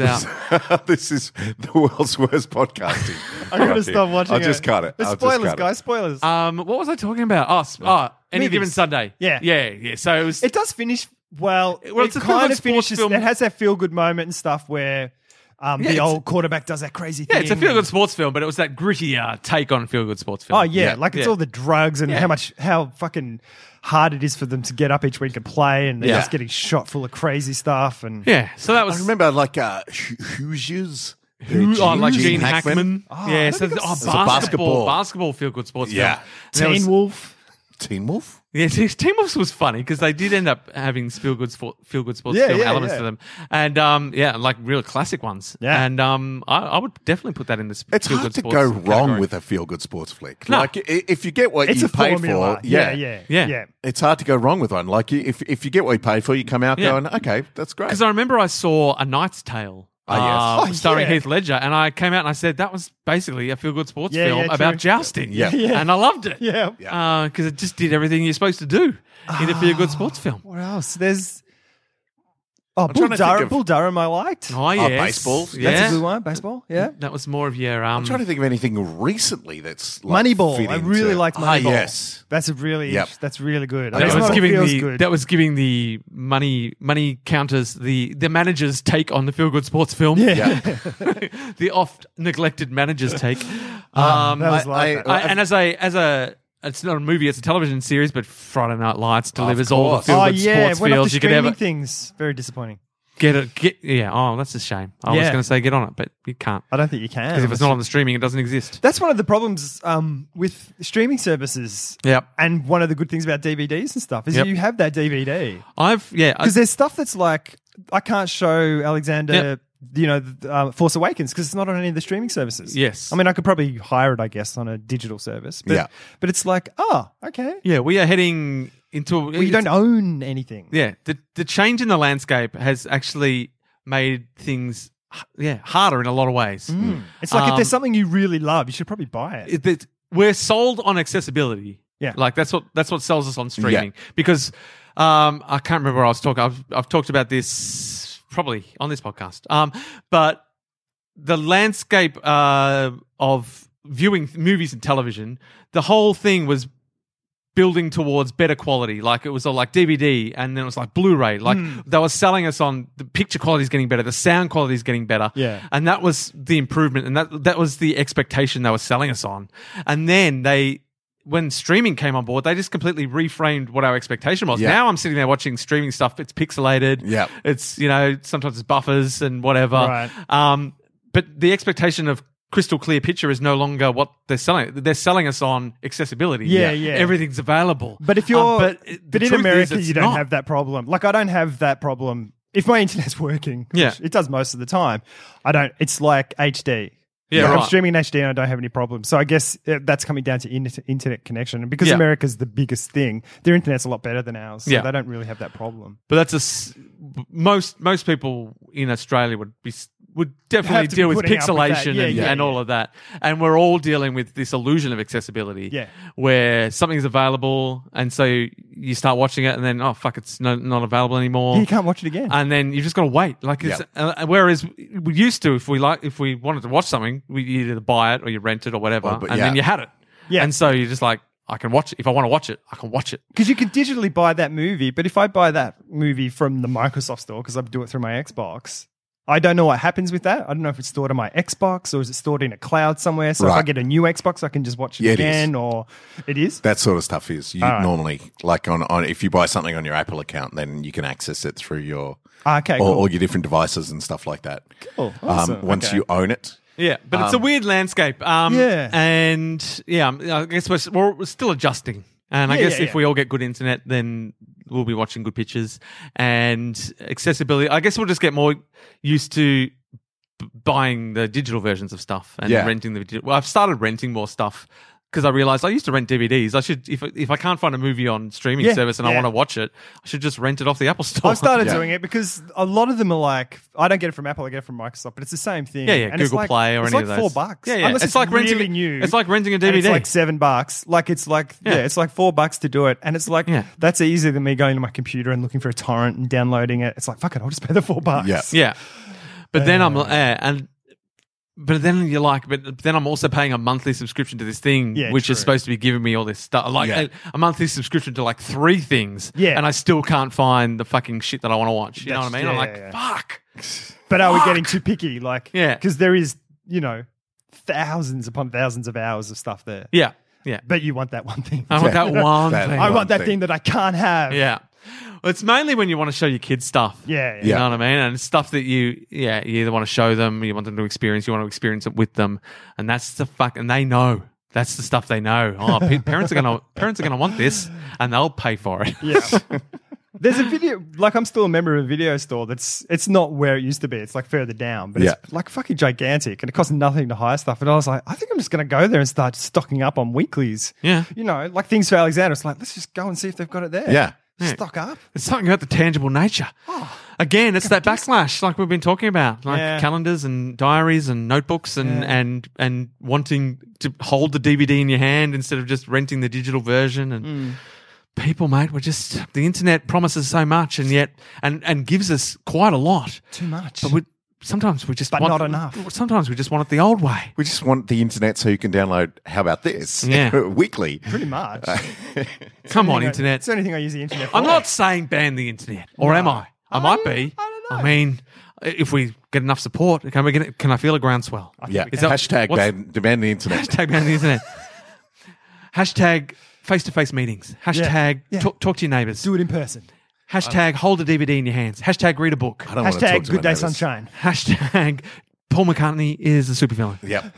Speaker 3: out.
Speaker 1: this is the world's worst podcasting.
Speaker 4: I'm gonna stop watching.
Speaker 1: I'll just cut it.
Speaker 4: The
Speaker 1: I'll just
Speaker 4: spoilers,
Speaker 1: cut it.
Speaker 4: guys. Spoilers.
Speaker 3: Um, what was I talking about? Oh, sp- oh any
Speaker 4: Movies.
Speaker 3: given Sunday.
Speaker 4: Yeah.
Speaker 3: yeah, yeah. So it was.
Speaker 4: It does finish well.
Speaker 3: Well,
Speaker 4: it
Speaker 3: it's a
Speaker 4: kind
Speaker 3: feel-good
Speaker 4: of
Speaker 3: sports
Speaker 4: finishes.
Speaker 3: film.
Speaker 4: It has that feel good moment and stuff where um,
Speaker 3: Yeah,
Speaker 4: the
Speaker 3: it's-
Speaker 4: old quarterback does that crazy thing.
Speaker 3: yeah, it's a feel good sports film, but it was that grittier take on feel good sports film.
Speaker 4: Oh yeah, like it's
Speaker 3: Yeah.
Speaker 4: all the drugs and
Speaker 3: Yeah.
Speaker 4: how much how fucking hard it is for them to get up each week and play, and they're
Speaker 1: Yeah.
Speaker 4: just getting shot full of crazy stuff. And
Speaker 3: yeah. So that was
Speaker 1: I remember like uh, Hu- Hoosiers.
Speaker 3: Who, oh, like
Speaker 1: Gene
Speaker 3: Gene Hackman. yeah, so
Speaker 4: think
Speaker 3: the-
Speaker 4: I've
Speaker 3: oh,
Speaker 4: seen-
Speaker 1: It's a
Speaker 3: basketball,
Speaker 1: basketball.
Speaker 3: basketball, feel good sports.
Speaker 1: Yeah.
Speaker 3: film. And there
Speaker 4: Teen
Speaker 3: was-
Speaker 4: Wolf.
Speaker 1: Teen Wolf.
Speaker 3: Yeah, Te- Teen Wolf was funny because they did end up having feel good sport, feel good sports
Speaker 4: Yeah,
Speaker 3: film
Speaker 4: yeah,
Speaker 3: elements
Speaker 4: yeah.
Speaker 3: to them, and um, yeah, like real classic ones.
Speaker 4: Yeah.
Speaker 3: and um, I, I would definitely put that in this.
Speaker 1: It's
Speaker 3: feel
Speaker 1: hard
Speaker 3: good
Speaker 1: to
Speaker 3: sports
Speaker 1: go wrong
Speaker 3: category.
Speaker 1: with a feel-good sports flick.
Speaker 3: No.
Speaker 1: Like i- if you get what
Speaker 4: It's
Speaker 1: you
Speaker 4: a
Speaker 1: pay
Speaker 4: formula.
Speaker 1: for,
Speaker 4: yeah, yeah,
Speaker 3: Yeah.
Speaker 4: yeah,
Speaker 1: It's hard to go wrong with one. Like you- if if you get what you pay for, you come out
Speaker 3: Yeah.
Speaker 1: going, okay, that's great.
Speaker 3: Because I remember I saw A Knight's Tale
Speaker 1: Ah,
Speaker 3: uh,
Speaker 1: yes.
Speaker 3: starring
Speaker 4: yeah.
Speaker 3: Heath Ledger, and I came out and I said that was basically a feel-good sports
Speaker 4: Yeah,
Speaker 3: film
Speaker 4: yeah,
Speaker 3: about
Speaker 4: true.
Speaker 3: jousting.
Speaker 1: Yeah. Yeah.
Speaker 3: and I loved it.
Speaker 4: Yeah.
Speaker 1: Yeah. Ah.
Speaker 3: because it just did everything you're supposed to do in a feel-good sports film. Oh,
Speaker 4: What else? There's oh, Bull
Speaker 1: trying to think
Speaker 4: Durham.
Speaker 1: of-
Speaker 4: Bull Durham, I liked.
Speaker 3: Oh, yes.
Speaker 1: baseball.
Speaker 3: Yeah,
Speaker 4: That's a good one. Baseball. Yeah.
Speaker 3: that was more of your um.
Speaker 1: I'm trying to think of anything recently that's like
Speaker 4: Moneyball.
Speaker 1: fit
Speaker 4: I
Speaker 1: into-
Speaker 4: really liked
Speaker 1: Ah,
Speaker 4: Moneyball.
Speaker 1: yes.
Speaker 4: That's a really
Speaker 1: Yep.
Speaker 4: that's really good.
Speaker 1: That was
Speaker 3: that
Speaker 4: That's
Speaker 3: was
Speaker 4: not- it
Speaker 3: giving
Speaker 4: feels
Speaker 3: the
Speaker 4: good.
Speaker 3: that was giving the money money counters the the manager's take on the feel good sports film.
Speaker 1: Yeah.
Speaker 3: the oft neglected manager's take. Um,
Speaker 4: that was
Speaker 1: I-
Speaker 4: like
Speaker 1: I-
Speaker 4: that.
Speaker 3: I, and as a as a it's not a movie, it's a television series, but Friday Night Lights delivers all the
Speaker 1: course.
Speaker 3: feel
Speaker 4: oh
Speaker 3: good
Speaker 4: yeah, it
Speaker 3: sports
Speaker 4: went off
Speaker 3: feels
Speaker 4: the
Speaker 3: you could
Speaker 4: streaming
Speaker 3: ever
Speaker 4: things. Very disappointing.
Speaker 3: get it. Get, yeah, oh, that's a shame. I was
Speaker 4: Yeah.
Speaker 3: going to say get on it, but you can't
Speaker 4: I don't think you can.
Speaker 3: because if it's not on the streaming, it doesn't exist.
Speaker 4: that's one of the problems um, with streaming services.
Speaker 3: Yep.
Speaker 4: And one of the good things about DVDs and stuff is
Speaker 3: Yep.
Speaker 4: you have that DVD.
Speaker 3: I've yeah, I-
Speaker 4: because there's stuff that's like I can't show Alexander,
Speaker 3: Yeah.
Speaker 4: you know, th- uh, Force Awakens because it's not on any of the streaming services.
Speaker 3: Yes.
Speaker 4: I mean I could probably hire it, I guess, on a digital service. But,
Speaker 1: Yeah.
Speaker 4: but it's like, oh, okay,
Speaker 3: yeah, we are heading into. a
Speaker 4: well, you don't own anything.
Speaker 3: Yeah, the the change in the landscape has actually made things h- yeah harder in a lot of ways.
Speaker 4: It's like if
Speaker 3: Um,
Speaker 4: there's something you really love, you should probably buy it.
Speaker 3: it, that we're sold on accessibility.
Speaker 4: Yeah.
Speaker 3: like that's what that's what sells us on streaming because um, I can't remember where I was talking. I've I've talked about this probably on this podcast. Um, but the landscape uh, of viewing th- movies and television, the whole thing was building towards better quality. Like it was all like DVD and then it was like Blu-ray. Like
Speaker 4: Hmm.
Speaker 3: they were selling us on the picture quality is getting better, the sound quality is getting better.
Speaker 4: Yeah.
Speaker 3: And that was the improvement and that that was the expectation they were selling us on. And then they when streaming came on board, they just completely reframed what our expectation was.
Speaker 1: Yeah.
Speaker 3: Now I'm sitting there watching streaming stuff. It's pixelated.
Speaker 1: Yeah.
Speaker 3: It's, you know, sometimes it's buffers and whatever.
Speaker 4: Right.
Speaker 3: Um, but the expectation of crystal clear picture is no longer what they're selling. They're selling us on accessibility.
Speaker 4: Yeah, Yeah. yeah.
Speaker 3: Everything's available.
Speaker 4: But if
Speaker 3: Um,
Speaker 4: you're,
Speaker 3: but,
Speaker 4: but,
Speaker 3: it- the
Speaker 4: in
Speaker 3: truth is
Speaker 4: America,
Speaker 3: it's
Speaker 4: you don't
Speaker 3: not.
Speaker 4: have that problem. Like I don't have that problem. If my internet's working, which
Speaker 3: Yeah.
Speaker 4: it does most of the time. I don't. It's like HD.
Speaker 3: Yeah,
Speaker 4: Like, I'm
Speaker 3: right.
Speaker 4: streaming in HD and I don't have any problems. So I guess uh, that's coming down to in- internet connection. And because
Speaker 3: Yeah.
Speaker 4: America's the biggest thing, their internet's a lot better than ours. So
Speaker 3: Yeah.
Speaker 4: they don't really have that problem.
Speaker 3: But that's a s- most most people in Australia would be s- would definitely
Speaker 4: Have to be
Speaker 3: deal with
Speaker 4: putting up with that.
Speaker 3: pixelation
Speaker 4: Yeah,
Speaker 3: and,
Speaker 4: yeah,
Speaker 3: and
Speaker 4: yeah.
Speaker 3: all of that, and we're all dealing with this illusion of accessibility,
Speaker 4: Yeah.
Speaker 3: where something's available, and so you start watching it, and then oh fuck, it's no, not available anymore.
Speaker 4: You can't watch it again.
Speaker 3: and then you've just got to wait. Like, it's, uh, whereas we used to, if we like, if we wanted to watch something, we you either buy it or you rent it or whatever,
Speaker 1: Oh, but
Speaker 3: and
Speaker 1: yeah.
Speaker 3: then you had it.
Speaker 4: Yeah.
Speaker 3: and so you're just like, I can watch it if I want to watch it. I can watch it.
Speaker 4: Because you could digitally buy that movie, but if I buy that movie from the Microsoft store, because I do it through my Xbox, I don't know what happens with that. I don't know if it's stored on my Xbox or is it stored in a cloud somewhere. So if I
Speaker 1: Right.
Speaker 4: get a new Xbox, I can just watch it
Speaker 1: Yeah, it
Speaker 4: again, or it is.
Speaker 1: That sort of stuff is you
Speaker 4: Alright.
Speaker 1: normally like on, on if you buy something on your Apple account, then you can access it through your
Speaker 4: Ah, okay,
Speaker 1: or,
Speaker 4: cool.
Speaker 1: or your different devices and stuff like that.
Speaker 4: Cool. Awesome.
Speaker 1: Um, once
Speaker 4: Okay.
Speaker 1: you own it,
Speaker 3: Yeah, but it's a weird landscape. Um,
Speaker 4: Yeah.
Speaker 3: and yeah, um, I guess we're, s- we're we're still adjusting. And I
Speaker 4: Yeah,
Speaker 3: guess
Speaker 4: yeah,
Speaker 3: if
Speaker 4: yeah.
Speaker 3: we all get good internet, then we'll be watching good pictures and accessibility. I guess we'll just get more used to b- buying the digital versions of stuff and
Speaker 1: Yeah.
Speaker 3: renting the. digi- Well, I've started renting more stuff because I realized I used to rent DVDs. I should if if I can't find a movie on streaming
Speaker 4: Yeah,
Speaker 3: service and I
Speaker 4: yeah.
Speaker 3: want to watch it, I should just rent it off the Apple Store.
Speaker 4: I've started
Speaker 1: Oh, Yeah.
Speaker 4: doing it because a lot of them are like, I don't get it from Apple, I get it from Microsoft, but it's the same thing.
Speaker 3: Yeah, yeah,
Speaker 4: And it's
Speaker 3: Google
Speaker 4: like-
Speaker 3: Play or
Speaker 4: it's
Speaker 3: any
Speaker 4: like
Speaker 3: of those.
Speaker 4: four bucks.
Speaker 3: Yeah, yeah.
Speaker 4: Unless
Speaker 3: It's
Speaker 4: it's,
Speaker 3: like
Speaker 4: really
Speaker 3: renting-
Speaker 4: new.
Speaker 3: it's like renting a
Speaker 4: and It's
Speaker 3: DVD.
Speaker 4: like seven bucks. Like it's like yeah.
Speaker 3: Yeah.
Speaker 4: it's like four bucks to do it, and it's like
Speaker 3: Yeah.
Speaker 4: that's easier than me going to my computer and looking for a torrent and downloading it. It's like fuck it, I'll just pay the four bucks.
Speaker 1: Yeah.
Speaker 3: Yeah. But then I'm uh, and but then you're like, but then I'm also paying a monthly subscription to this thing,
Speaker 4: Yeah,
Speaker 3: which
Speaker 4: true.
Speaker 3: is supposed to be giving me all this stuff, like
Speaker 1: Yeah.
Speaker 3: a, a monthly subscription to like three things,
Speaker 4: Yeah.
Speaker 3: and I still can't find the fucking shit that I want to watch. You know
Speaker 4: That's-
Speaker 3: what I mean? I'm
Speaker 4: yeah,
Speaker 3: like,
Speaker 4: yeah,
Speaker 3: fuck.
Speaker 4: But are we getting too picky? Like
Speaker 3: Yeah.
Speaker 4: because there is you know thousands upon thousands of hours of stuff there.
Speaker 3: Yeah, yeah.
Speaker 4: But you want that one thing.
Speaker 3: I want that one
Speaker 1: That-
Speaker 3: thing.
Speaker 4: I
Speaker 1: One
Speaker 4: want that
Speaker 1: thing.
Speaker 4: thing. that I can't have.
Speaker 3: Yeah. Well, it's mainly when you want to show your kids stuff.
Speaker 4: Yeah.
Speaker 3: You
Speaker 1: Yeah.
Speaker 3: know what I mean? And stuff that you, yeah, you either want to show them, you want them to experience, you want to experience it with them. And that's the fuck, and they know. That's the stuff they know. Oh, pa- parents are gonna parents are gonna want this, and they'll pay for it.
Speaker 4: Yeah. There's a video like I'm still a member of a video store that's it's not where it used to be. It's like further down, but
Speaker 1: Yeah.
Speaker 4: it's like fucking gigantic and it costs nothing to hire stuff. And I was like, I think I'm just gonna go there and start stocking up on weeklies.
Speaker 3: Yeah.
Speaker 4: You know, like things for Alexander. It's like, let's just go and see if they've got it there.
Speaker 1: Yeah.
Speaker 4: Stock up.
Speaker 3: There's something about the tangible nature. Again, it's that backlash like we've been talking about, like
Speaker 4: Oh. Yeah.
Speaker 3: calendars and diaries and notebooks and, and and wanting to hold the DVD in your hand instead of just renting the digital version and
Speaker 4: Hmm.
Speaker 3: people, mate, we're just the internet promises so much and yet and and gives us quite a lot.
Speaker 4: Too much.
Speaker 3: But we sometimes we just
Speaker 4: But
Speaker 3: want,
Speaker 4: not enough.
Speaker 3: Sometimes we just want it the old way.
Speaker 1: We just want the internet so you can download. How about this?
Speaker 3: Yeah.
Speaker 1: weekly.
Speaker 4: Pretty much.
Speaker 1: Uh,
Speaker 3: Come on,
Speaker 4: You know,
Speaker 3: internet.
Speaker 4: It's the only thing I use the internet for.
Speaker 3: I'm not saying ban the internet, or am I? I might be. I
Speaker 4: don't know.
Speaker 3: mean, if we get enough support, can we get? It, can I feel a groundswell?
Speaker 1: Yeah.
Speaker 3: Is that-
Speaker 1: Hashtag
Speaker 3: what's-
Speaker 1: ban, demand the internet.
Speaker 3: Hashtag ban the internet. Hashtag face to face meetings. Hashtag
Speaker 4: Yeah.
Speaker 3: Talk, talk to your neighbours.
Speaker 4: Do it in person.
Speaker 3: Hashtag hold a DVD in your hands. Hashtag read a book.
Speaker 1: I don't want to talk
Speaker 4: Hashtag
Speaker 1: to
Speaker 4: Good
Speaker 1: my
Speaker 4: Day
Speaker 1: neighbours.
Speaker 4: Sunshine.
Speaker 3: Hashtag Paul McCartney is a supervillain.
Speaker 1: Yep.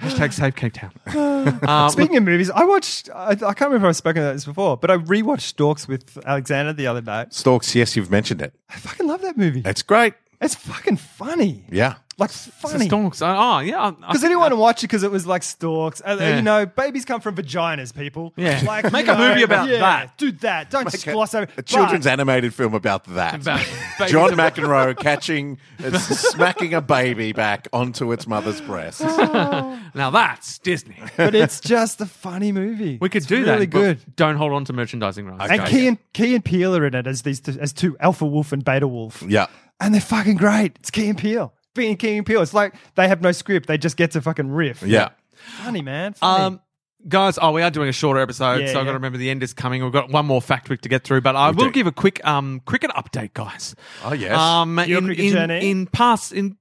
Speaker 3: Hashtag save Cape Town. Uh, look,
Speaker 4: Speaking of movies, I watched, I, I can't remember if I've spoken about this before, but I rewatched Storks with Alexander the other day.
Speaker 1: Stalks. Yes, you've mentioned it.
Speaker 4: I fucking love that movie.
Speaker 1: It's great.
Speaker 4: It's fucking funny.
Speaker 1: Yeah.
Speaker 4: Like,
Speaker 3: the
Speaker 4: funny.
Speaker 3: stonks. Oh, yeah. I- I-
Speaker 4: Because I didn't want to watch it because it was like stalks. And, uh,
Speaker 3: Yeah.
Speaker 4: You know, babies come from vaginas, people.
Speaker 3: Yeah.
Speaker 4: Like,
Speaker 3: Make
Speaker 4: you
Speaker 3: a movie about
Speaker 4: yeah,
Speaker 3: that.
Speaker 4: Do that. Don't just
Speaker 1: Like
Speaker 4: gloss over.
Speaker 1: a children's
Speaker 4: But-
Speaker 1: animated film about that.
Speaker 3: About babies
Speaker 1: John
Speaker 3: about-
Speaker 1: McEnroe catching, smacking a baby back onto its mother's breast.
Speaker 3: now that's Disney.
Speaker 4: but it's just a funny movie.
Speaker 3: We could
Speaker 4: It's
Speaker 3: do
Speaker 4: really
Speaker 3: that. but
Speaker 4: good.
Speaker 3: Don't hold on to merchandising rights.
Speaker 4: And
Speaker 1: Okay.
Speaker 4: Key and Key and Peele are in it as these two, as two alpha wolf and beta wolf.
Speaker 1: yeah.
Speaker 4: and they're fucking great. It's Key and Peele. Being Key and Peele, it's like they have no script. They just get to fucking riff.
Speaker 1: Yeah.
Speaker 4: funny man. Funny.
Speaker 3: Um, guys, oh, we are doing a shorter episode,
Speaker 4: Yeah,
Speaker 3: so I've got to
Speaker 4: yeah.
Speaker 3: remember the end is coming. We've got one more fact week to get through, but I will
Speaker 1: do.
Speaker 3: give a quick um, cricket update, guys.
Speaker 1: Oh, yes.
Speaker 3: Um,
Speaker 4: Your
Speaker 3: in,
Speaker 4: cricket
Speaker 3: in,
Speaker 4: journey?
Speaker 3: in past in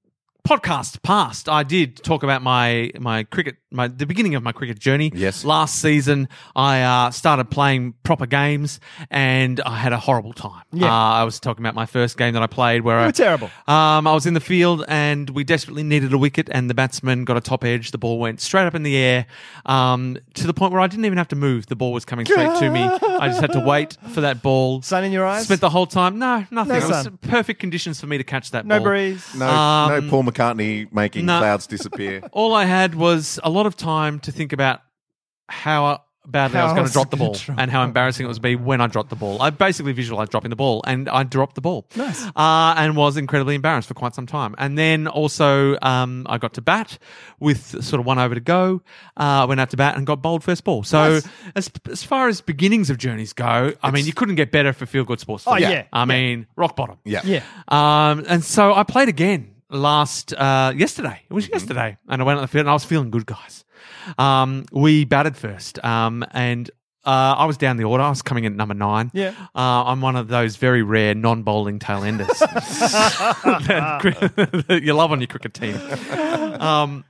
Speaker 3: podcast past, I did talk about my my cricket my the beginning of my cricket journey.
Speaker 1: Yes.
Speaker 3: Last season, I uh, started playing proper games, and I had a horrible time.
Speaker 4: Yeah.
Speaker 3: Uh, I was talking about my first game that I played, where I
Speaker 4: were terrible.
Speaker 3: um, I was in the field and we desperately needed a wicket, and the batsman got a top edge. The ball went straight up in the air um, to the point where I didn't even have to move. The ball was coming straight to me. I just had to wait for that ball.
Speaker 4: Sun in your eyes?
Speaker 3: Spent the whole time. No, nothing.
Speaker 4: No
Speaker 3: it was
Speaker 4: sun.
Speaker 3: perfect conditions for me to catch that
Speaker 4: no
Speaker 3: ball.
Speaker 4: breeze.
Speaker 1: Oh, No, no Paul McCartney making
Speaker 3: Um, No.
Speaker 1: clouds disappear.
Speaker 3: All I had was a lot of time to think about how badly
Speaker 4: How
Speaker 3: I was
Speaker 4: I
Speaker 3: going to
Speaker 4: was
Speaker 3: drop the
Speaker 4: gonna
Speaker 3: ball
Speaker 4: drop-
Speaker 3: and how embarrassing it was be when I dropped the ball. I basically visualized dropping the ball and I dropped the ball. Nice. Uh, and was incredibly embarrassed for quite some time. And then also, um, I got to bat with sort of one over to go. Uh, I went out to bat and got bowled first ball. So as, as far as beginnings of journeys go, I mean, you couldn't get better for feel good sports.
Speaker 4: Oh,
Speaker 3: Film.
Speaker 4: yeah.
Speaker 3: I mean, rock bottom.
Speaker 1: Yeah.
Speaker 4: Yeah.
Speaker 3: Um, and so I played again last uh, yesterday. It was yesterday, and I went on the field, and I was feeling good, guys. Um, we batted first, um, and. Uh, I was down the order. I was coming in at number nine.
Speaker 4: Yeah.
Speaker 3: Uh, I'm one of those very rare non bowling tail enders that, cri- that you love on your cricket team. Um,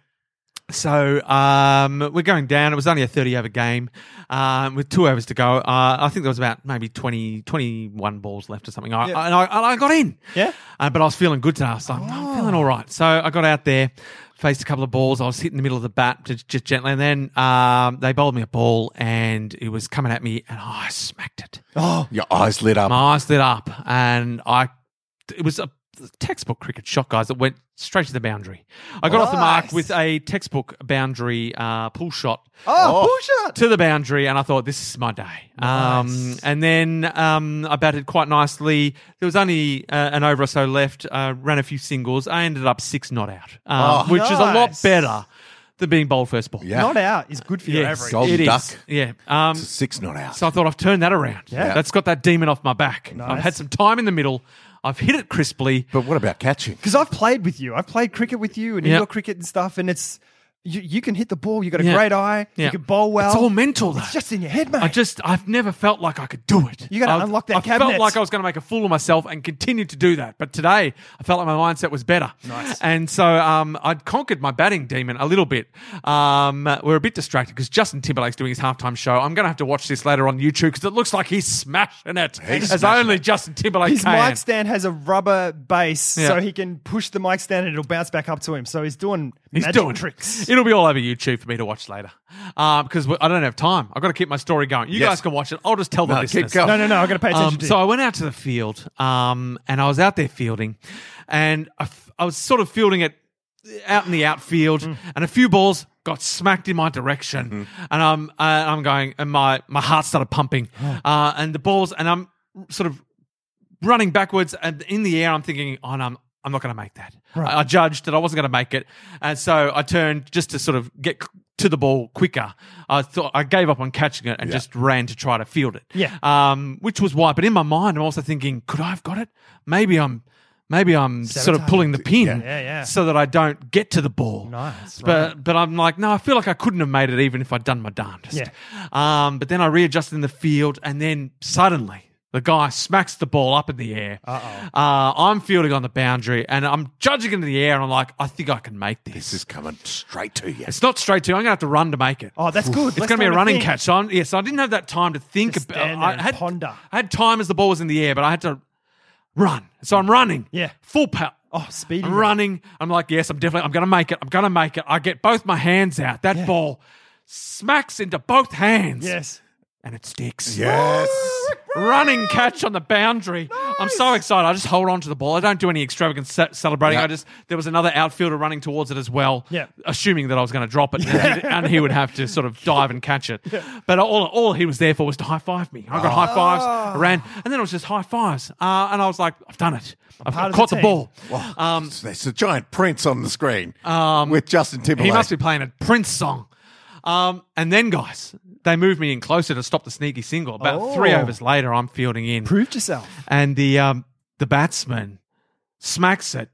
Speaker 3: so um, we're going down. It was only a 30 over game um, with two overs to go. Uh, I think there was about maybe 20, 21 balls left or something. I,
Speaker 4: Yeah.
Speaker 3: and, I, and I got in.
Speaker 4: Yeah. Oh.
Speaker 3: Uh, but I was feeling good today. I was like, I'm feeling all right. So I got out there, faced a couple of balls. I was hitting the middle of the bat just, just gently. And then um, they bowled me a ball and it was coming at me and I smacked it.
Speaker 1: Your eyes lit up.
Speaker 3: My eyes lit up, and I it was a textbook cricket shot, guys. It went straight to the boundary. I got off the mark
Speaker 4: Nice.
Speaker 3: with a textbook boundary uh, pull shot
Speaker 4: Oh, bullshit.
Speaker 3: to the boundary, and I thought this is my day. Um, and then um, I batted quite nicely. There was only uh, an over or so left. Uh, ran a few singles. I ended up six not out, um,
Speaker 1: Oh.
Speaker 3: which is a lot
Speaker 4: Nice.
Speaker 3: better than being bowled first ball.
Speaker 1: Yeah.
Speaker 4: Not out is good for your
Speaker 3: Yes,
Speaker 4: average.
Speaker 1: Golden
Speaker 3: it is.
Speaker 1: duck.
Speaker 3: Yeah. Um,
Speaker 1: Six not out.
Speaker 3: so I thought I've turned that around.
Speaker 4: Yeah.
Speaker 3: That's got that demon off my back. I've had some time in the middle. I've hit it crisply.
Speaker 1: but what about catching?
Speaker 4: Because I've played with you. I've played cricket with you and
Speaker 3: Yeah.
Speaker 4: indoor cricket and stuff, and it's you, you can hit the ball. You got a
Speaker 3: Yeah.
Speaker 4: great eye.
Speaker 3: Yeah.
Speaker 4: You can bowl well.
Speaker 3: It's all mental though.
Speaker 4: It's just in your head, mate.
Speaker 3: I just I've never felt like I could do it.
Speaker 4: You gotta
Speaker 3: I-
Speaker 4: unlock that
Speaker 3: I felt
Speaker 4: cabinet.
Speaker 3: like I was going to make a fool of myself and continued to do that. But today I felt like my mindset was better. Nice. And so um, I'd conquered my batting demon a little bit. Um, we're a bit distracted because Justin Timberlake's doing his halftime show. I'm going to have to watch this later on YouTube because it looks like he's smashing it. as only Justin Timberlake
Speaker 4: His
Speaker 3: can.
Speaker 4: mic stand has a rubber base,
Speaker 3: Yeah.
Speaker 4: so he can push the mic stand and it'll bounce back up to him. So he's doing
Speaker 3: He's
Speaker 4: magic
Speaker 3: doing
Speaker 4: tricks.
Speaker 3: It'll be all over YouTube for me to watch later uh, because we- I don't have time. I've got to keep my story going. You
Speaker 1: Yes.
Speaker 3: guys can watch it. I'll just tell the
Speaker 1: No, keep
Speaker 3: listeners.
Speaker 1: going.
Speaker 4: No, no, no. I'm going to pay attention
Speaker 3: Um,
Speaker 4: to
Speaker 3: so
Speaker 4: you.
Speaker 3: I went out to the field um, and I was out there fielding and I, f- I was sort of fielding it out in the outfield
Speaker 4: Mm.
Speaker 3: and a few balls got smacked in my direction and I'm uh,
Speaker 4: Oh.
Speaker 3: I'm going and my my heart started pumping uh, and the balls and I'm sort of running backwards and in the air. I'm thinking, oh, no, I'm, I'm not going to make that. I, I judged that I wasn't going to make it. And so I turned just to sort of get c- to the ball quicker. I thought I gave up on catching it and just ran to try to field it.
Speaker 4: Yeah.
Speaker 3: Um, which was why. But in my mind, I'm also thinking, could I have got it? Maybe I'm, maybe I'm sort of pulling the pin
Speaker 4: Yeah, yeah.
Speaker 3: so that I don't get to the ball.
Speaker 4: Nice,
Speaker 3: But, but I'm like, no, I feel like I couldn't have made it even if I'd done my darndest.
Speaker 4: Yeah.
Speaker 3: Um, but then I readjusted in the field, and then suddenly the guy smacks the ball up in the air. Uh-oh. Uh, I'm fielding on the boundary, and I'm judging it in the air, and I'm like, I think I can make this.
Speaker 1: This is coming straight to you.
Speaker 3: It's not straight to. I'm going to have to run to make it.
Speaker 4: Oh, that's good.
Speaker 3: It's going to be a running catch. So I'm, yes, I didn't have that time to think
Speaker 4: Just
Speaker 3: about.
Speaker 4: stand there
Speaker 3: I
Speaker 4: and
Speaker 3: had
Speaker 4: ponder.
Speaker 3: I had time as the ball was in the air, but I had to run. So I'm running.
Speaker 4: Yeah.
Speaker 3: full power.
Speaker 4: Oh, speedy
Speaker 3: I'm
Speaker 4: run.
Speaker 3: running. I'm like, yes, I'm definitely. I'm going to make it. I'm going to make it. I get both my hands out. That ball smacks into both hands.
Speaker 4: Yes.
Speaker 3: and it sticks.
Speaker 1: Yes.
Speaker 3: Running catch on the boundary. I'm so excited. I just hold on to the ball. I don't do any extravagant ce- celebrating.
Speaker 1: Yeah.
Speaker 3: I just there was another outfielder running towards it as well.
Speaker 4: Yeah.
Speaker 3: assuming that I was going to drop it, and, he, and he would have to sort of dive and catch it. But all all he was there for was to high five me. I got high fives.
Speaker 4: Ah.
Speaker 3: I ran, and then it was just high fives. Uh, and I was like, I've done it. I've,
Speaker 4: part of the
Speaker 3: caught the,
Speaker 4: team.
Speaker 3: ball. Um,
Speaker 1: So there's a giant prince on the screen with Justin Timberlake.
Speaker 3: He must be playing a Prince song. Um, and then, guys, they moved me in closer to stop the sneaky single. About three
Speaker 4: Oh.
Speaker 3: overs later, I'm fielding in.
Speaker 4: Proved yourself.
Speaker 3: and the um, the batsman smacks it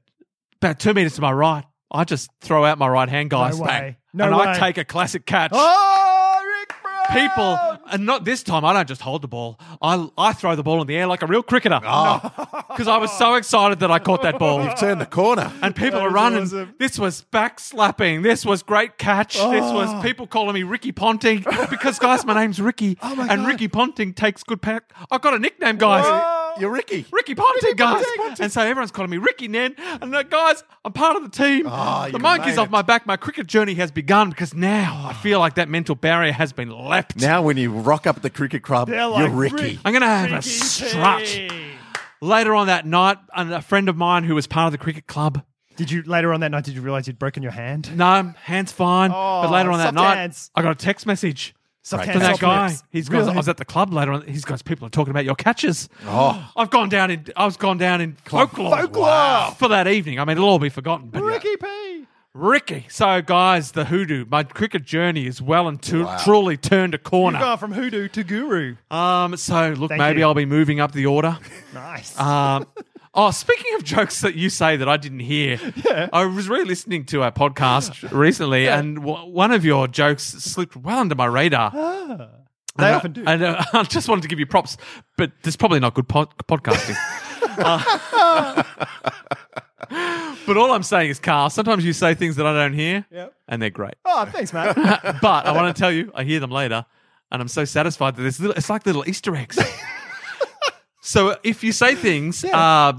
Speaker 3: about two meters to my right. I just throw out my right hand, guys,
Speaker 4: way.
Speaker 3: bang,
Speaker 4: No
Speaker 3: and I
Speaker 4: way.
Speaker 3: take a classic catch.
Speaker 4: Oh, Rick Brown.
Speaker 3: People, and not this time. I don't just hold the ball. I I throw the ball in the air like a real cricketer because I was so excited that I caught that ball.
Speaker 1: You've turned the corner.
Speaker 3: and people
Speaker 4: That
Speaker 3: are
Speaker 4: is
Speaker 3: running.
Speaker 4: awesome.
Speaker 3: This was back slapping. This was great catch. This
Speaker 4: Oh.
Speaker 3: was people calling me Ricky Ponting because, guys, my name's Ricky,
Speaker 4: Oh
Speaker 3: and Ricky Ponting takes good pack. I got a nickname, guys.
Speaker 1: You're Ricky.
Speaker 3: Ricky Ponting, guys.
Speaker 1: Ponting, Ponting.
Speaker 3: And so everyone's calling me Ricky Ned. And uh, guys, I'm part of the team.
Speaker 1: Ah, you
Speaker 3: the monkey's
Speaker 1: made
Speaker 3: off
Speaker 1: it.
Speaker 3: my back. My cricket journey has begun because now
Speaker 4: Ah.
Speaker 3: I feel like that mental barrier has been leapt.
Speaker 1: Now, when you rock up at the cricket club,
Speaker 4: They're
Speaker 1: you're
Speaker 4: like,
Speaker 1: Ricky.
Speaker 3: I'm going to have a strut. Later on that night, and a friend of mine who was part of the cricket club,
Speaker 4: Did you later on that night? Did you realize you'd broken your hand?
Speaker 3: no, hands fine.
Speaker 4: Oh,
Speaker 3: but later on that
Speaker 4: soft
Speaker 3: night,
Speaker 4: hands.
Speaker 3: I got a text message.
Speaker 4: Soft
Speaker 1: Right.
Speaker 3: From
Speaker 4: hands,
Speaker 3: that
Speaker 4: soft
Speaker 3: guy,
Speaker 4: lips.
Speaker 3: he's
Speaker 4: Really?
Speaker 3: I was at the club later on. He's guys, people are talking about your catches.
Speaker 1: Oh.
Speaker 3: I've gone down in, I was gone down in folklore,
Speaker 4: folklore.
Speaker 3: for that evening. I mean, it'll all be forgotten. But
Speaker 4: Ricky P.
Speaker 3: Ricky. So, guys, the hoodoo, my cricket journey is well and tu- truly turned a
Speaker 4: You've
Speaker 3: corner.
Speaker 4: gone from hoodoo to guru.
Speaker 3: Um, so, look,
Speaker 4: Thank
Speaker 3: maybe
Speaker 4: you.
Speaker 3: I'll be moving up the order.
Speaker 4: Nice.
Speaker 3: Um, oh, speaking of jokes that you say that I didn't hear, I was re listening to our podcast recently, and w- one of your jokes slipped well under my radar.
Speaker 4: they
Speaker 3: And I-
Speaker 4: often do.
Speaker 3: And uh, I just wanted to give you props, but there's probably not good pod- podcasting. Uh, but all I'm saying is, Carl, sometimes you say things that I don't hear,
Speaker 4: Yep.
Speaker 3: and they're great.
Speaker 4: oh, thanks, mate.
Speaker 3: But I want to tell you, I hear them later, and I'm so satisfied that it's, little, it's like little Easter eggs. so if you say things, uh,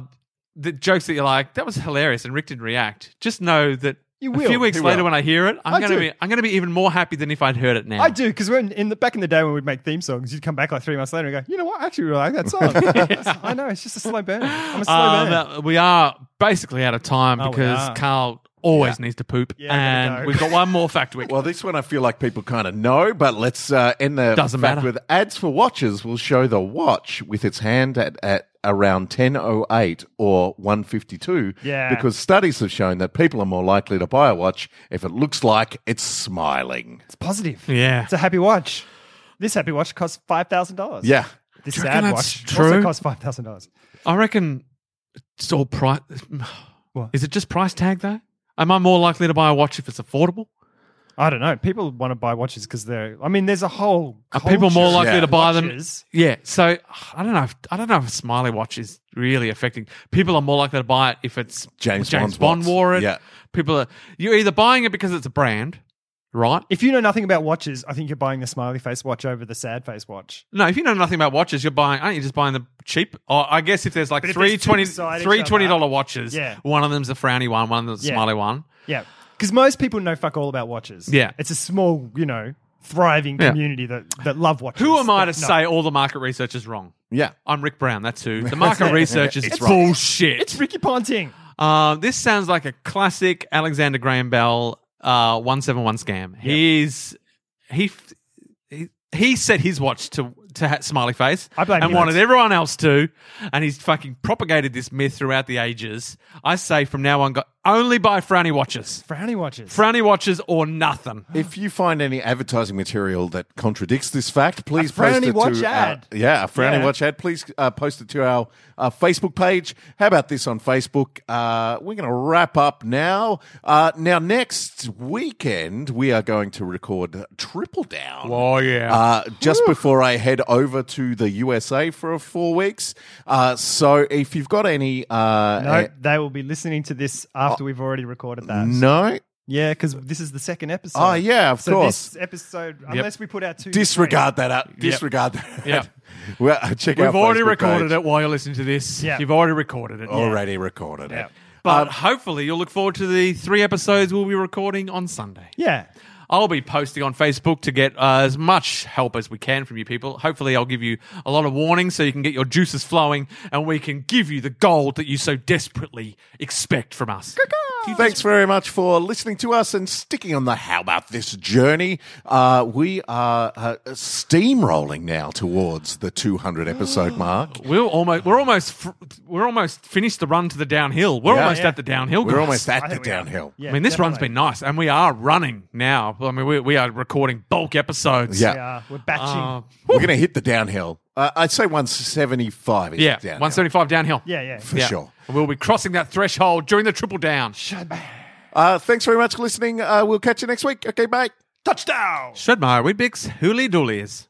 Speaker 3: the jokes that you're like, that was hilarious, and Rick didn't react, just know that
Speaker 4: You
Speaker 3: a
Speaker 4: will.
Speaker 3: few weeks
Speaker 4: He
Speaker 3: later
Speaker 4: will.
Speaker 3: when I hear it, I'm
Speaker 4: I
Speaker 3: gonna
Speaker 4: do.
Speaker 3: be I'm gonna be even more happy than if I'd heard it now.
Speaker 4: I do because in, in the back in the day when we'd make theme songs, you'd come back like three months later and go, you know what? I actually really like that song. I know it's just a slow burn. I'm a slow
Speaker 3: Um,
Speaker 4: burn.
Speaker 3: uh, we are basically out of time
Speaker 4: Oh, we
Speaker 3: because
Speaker 4: are.
Speaker 3: Carl always needs to poop,
Speaker 4: Yeah, I gotta
Speaker 3: and
Speaker 4: go.
Speaker 3: we've got one more fact week.
Speaker 1: Well, this one I feel like people kind of know, but let's uh, end the
Speaker 3: Doesn't
Speaker 1: fact
Speaker 3: matter.
Speaker 1: with ads for watches. Will show the watch with its hand at, at around ten oh eight or one fifty two.
Speaker 4: Yeah.
Speaker 1: because studies have shown that people are more likely to buy a watch if it looks like it's smiling.
Speaker 4: It's positive.
Speaker 3: yeah,
Speaker 4: It's a happy watch. This happy watch costs five thousand dollars.
Speaker 1: Yeah,
Speaker 4: This
Speaker 3: Do you
Speaker 4: sad
Speaker 3: reckon
Speaker 4: watch
Speaker 3: that's
Speaker 4: also
Speaker 3: true?
Speaker 4: costs five thousand dollars.
Speaker 3: I reckon it's all price.
Speaker 4: What?
Speaker 3: Is it just price tag though? Am I more likely to buy a watch if it's affordable?
Speaker 4: I don't know. People want to buy watches because they're. I mean, there's a whole.
Speaker 3: Are people more
Speaker 4: culture
Speaker 3: likely
Speaker 1: Yeah.
Speaker 3: to
Speaker 4: of
Speaker 3: buy them?
Speaker 4: watches.
Speaker 3: Yeah. So I don't know. If, I don't know if Smiley watch is really affecting. People are more likely to buy it if it's
Speaker 1: James Bond's
Speaker 3: Bond
Speaker 1: watch.
Speaker 3: wore it.
Speaker 1: Yeah.
Speaker 3: People are you're either buying it because it's a brand, right?
Speaker 4: If you know nothing about watches, I think you're buying the smiley face watch over the sad face watch.
Speaker 3: No, if you know nothing about watches, you're buying, aren't you just buying the cheap? Or I guess if there's like
Speaker 4: But if
Speaker 3: three
Speaker 4: there's two
Speaker 3: twenty,
Speaker 4: beside each
Speaker 3: three twenty dollar
Speaker 4: other-
Speaker 3: watches,
Speaker 4: Yeah.
Speaker 3: one of them's a frowny one, one of them's a
Speaker 4: Yeah.
Speaker 3: smiley one.
Speaker 4: Yeah, because most people know fuck all about watches.
Speaker 3: Yeah.
Speaker 4: it's a small, you know, thriving
Speaker 3: Yeah.
Speaker 4: community that that love watches.
Speaker 3: Who am I to
Speaker 4: But no.
Speaker 3: say all the market research is wrong?
Speaker 1: yeah.
Speaker 3: I'm Rick Brown. That's who. The market research is
Speaker 1: It's wrong.
Speaker 3: bullshit.
Speaker 4: It's Ricky Ponting.
Speaker 3: Uh, this sounds like a classic Alexander Graham Bell uh, 171 scam. He's he, f- he he set his watch to to ha- smiley face.
Speaker 4: I blame
Speaker 3: and
Speaker 4: you,
Speaker 3: wanted
Speaker 4: Max.
Speaker 3: everyone else to, and he's fucking propagated this myth throughout the ages. I say from now on, go, only buy frowny watches,
Speaker 4: Frowny watches.
Speaker 3: frowny watches or nothing.
Speaker 1: If you find any advertising material that contradicts this fact, please post
Speaker 4: frowny
Speaker 1: it
Speaker 4: watch
Speaker 1: to our-
Speaker 4: ad.
Speaker 1: yeah, a frowny
Speaker 4: Yeah.
Speaker 1: watch ad. Please uh, post it to our uh, Facebook page. How about this on Facebook? Uh, we're going to wrap up now. Uh, now next weekend we are going to record Triple Down.
Speaker 3: Oh, yeah.
Speaker 1: Uh, just before I head over to the USA for four weeks. Uh, so if you've got any, uh,
Speaker 4: no, they will be listening to this
Speaker 3: Oh.
Speaker 4: after we've already recorded that.
Speaker 1: no,
Speaker 4: Yeah, because this is the second episode.
Speaker 1: Oh, yeah, of
Speaker 4: so
Speaker 1: course.
Speaker 4: This episode, unless we put out two.
Speaker 1: disregard that out. Disregard that.
Speaker 3: Yep.
Speaker 1: well, check
Speaker 3: We've
Speaker 1: our
Speaker 3: already
Speaker 1: Facebook
Speaker 3: recorded
Speaker 1: page.
Speaker 3: it while you're listening to this.
Speaker 4: Yeah.
Speaker 3: You've already recorded it.
Speaker 1: already recorded it. Um,
Speaker 3: But hopefully, you'll look forward to the three episodes we'll be recording on Sunday.
Speaker 4: Yeah.
Speaker 3: I'll be posting on Facebook to get uh, as much help as we can from you people. Hopefully, I'll give you a lot of warnings so you can get your juices flowing and we can give you the gold that you so desperately expect from us.
Speaker 1: Thanks very much for listening to us and sticking on the How About This journey. Uh, we are uh, steamrolling now towards the 200 episode
Speaker 4: Oh,
Speaker 1: mark.
Speaker 3: We're almost we're almost fr- we're almost finished the run to the downhill. We're
Speaker 1: Yeah.
Speaker 3: almost
Speaker 1: Yeah.
Speaker 3: at the downhill.
Speaker 1: We're
Speaker 3: guys.
Speaker 1: almost at the
Speaker 4: think we are.
Speaker 1: downhill.
Speaker 4: Yeah,
Speaker 3: I mean, this run's
Speaker 4: definitely.
Speaker 3: been nice, and we are running now. I mean, we, we are recording bulk episodes.
Speaker 1: Yeah.
Speaker 4: Yeah, we're batching.
Speaker 3: Uh,
Speaker 1: We're going to hit the downhill. Uh, I'd say 175 is
Speaker 3: yeah,
Speaker 1: downhill.
Speaker 3: 175 downhill.
Speaker 4: yeah, yeah.
Speaker 1: For
Speaker 3: Yeah.
Speaker 1: sure.
Speaker 3: We'll be crossing that threshold during the triple down.
Speaker 1: Uh, thanks very much for listening. Uh, we'll catch you next week. Okay, bye.
Speaker 4: Touchdown.
Speaker 3: Shredmar, we bix hooly doolies.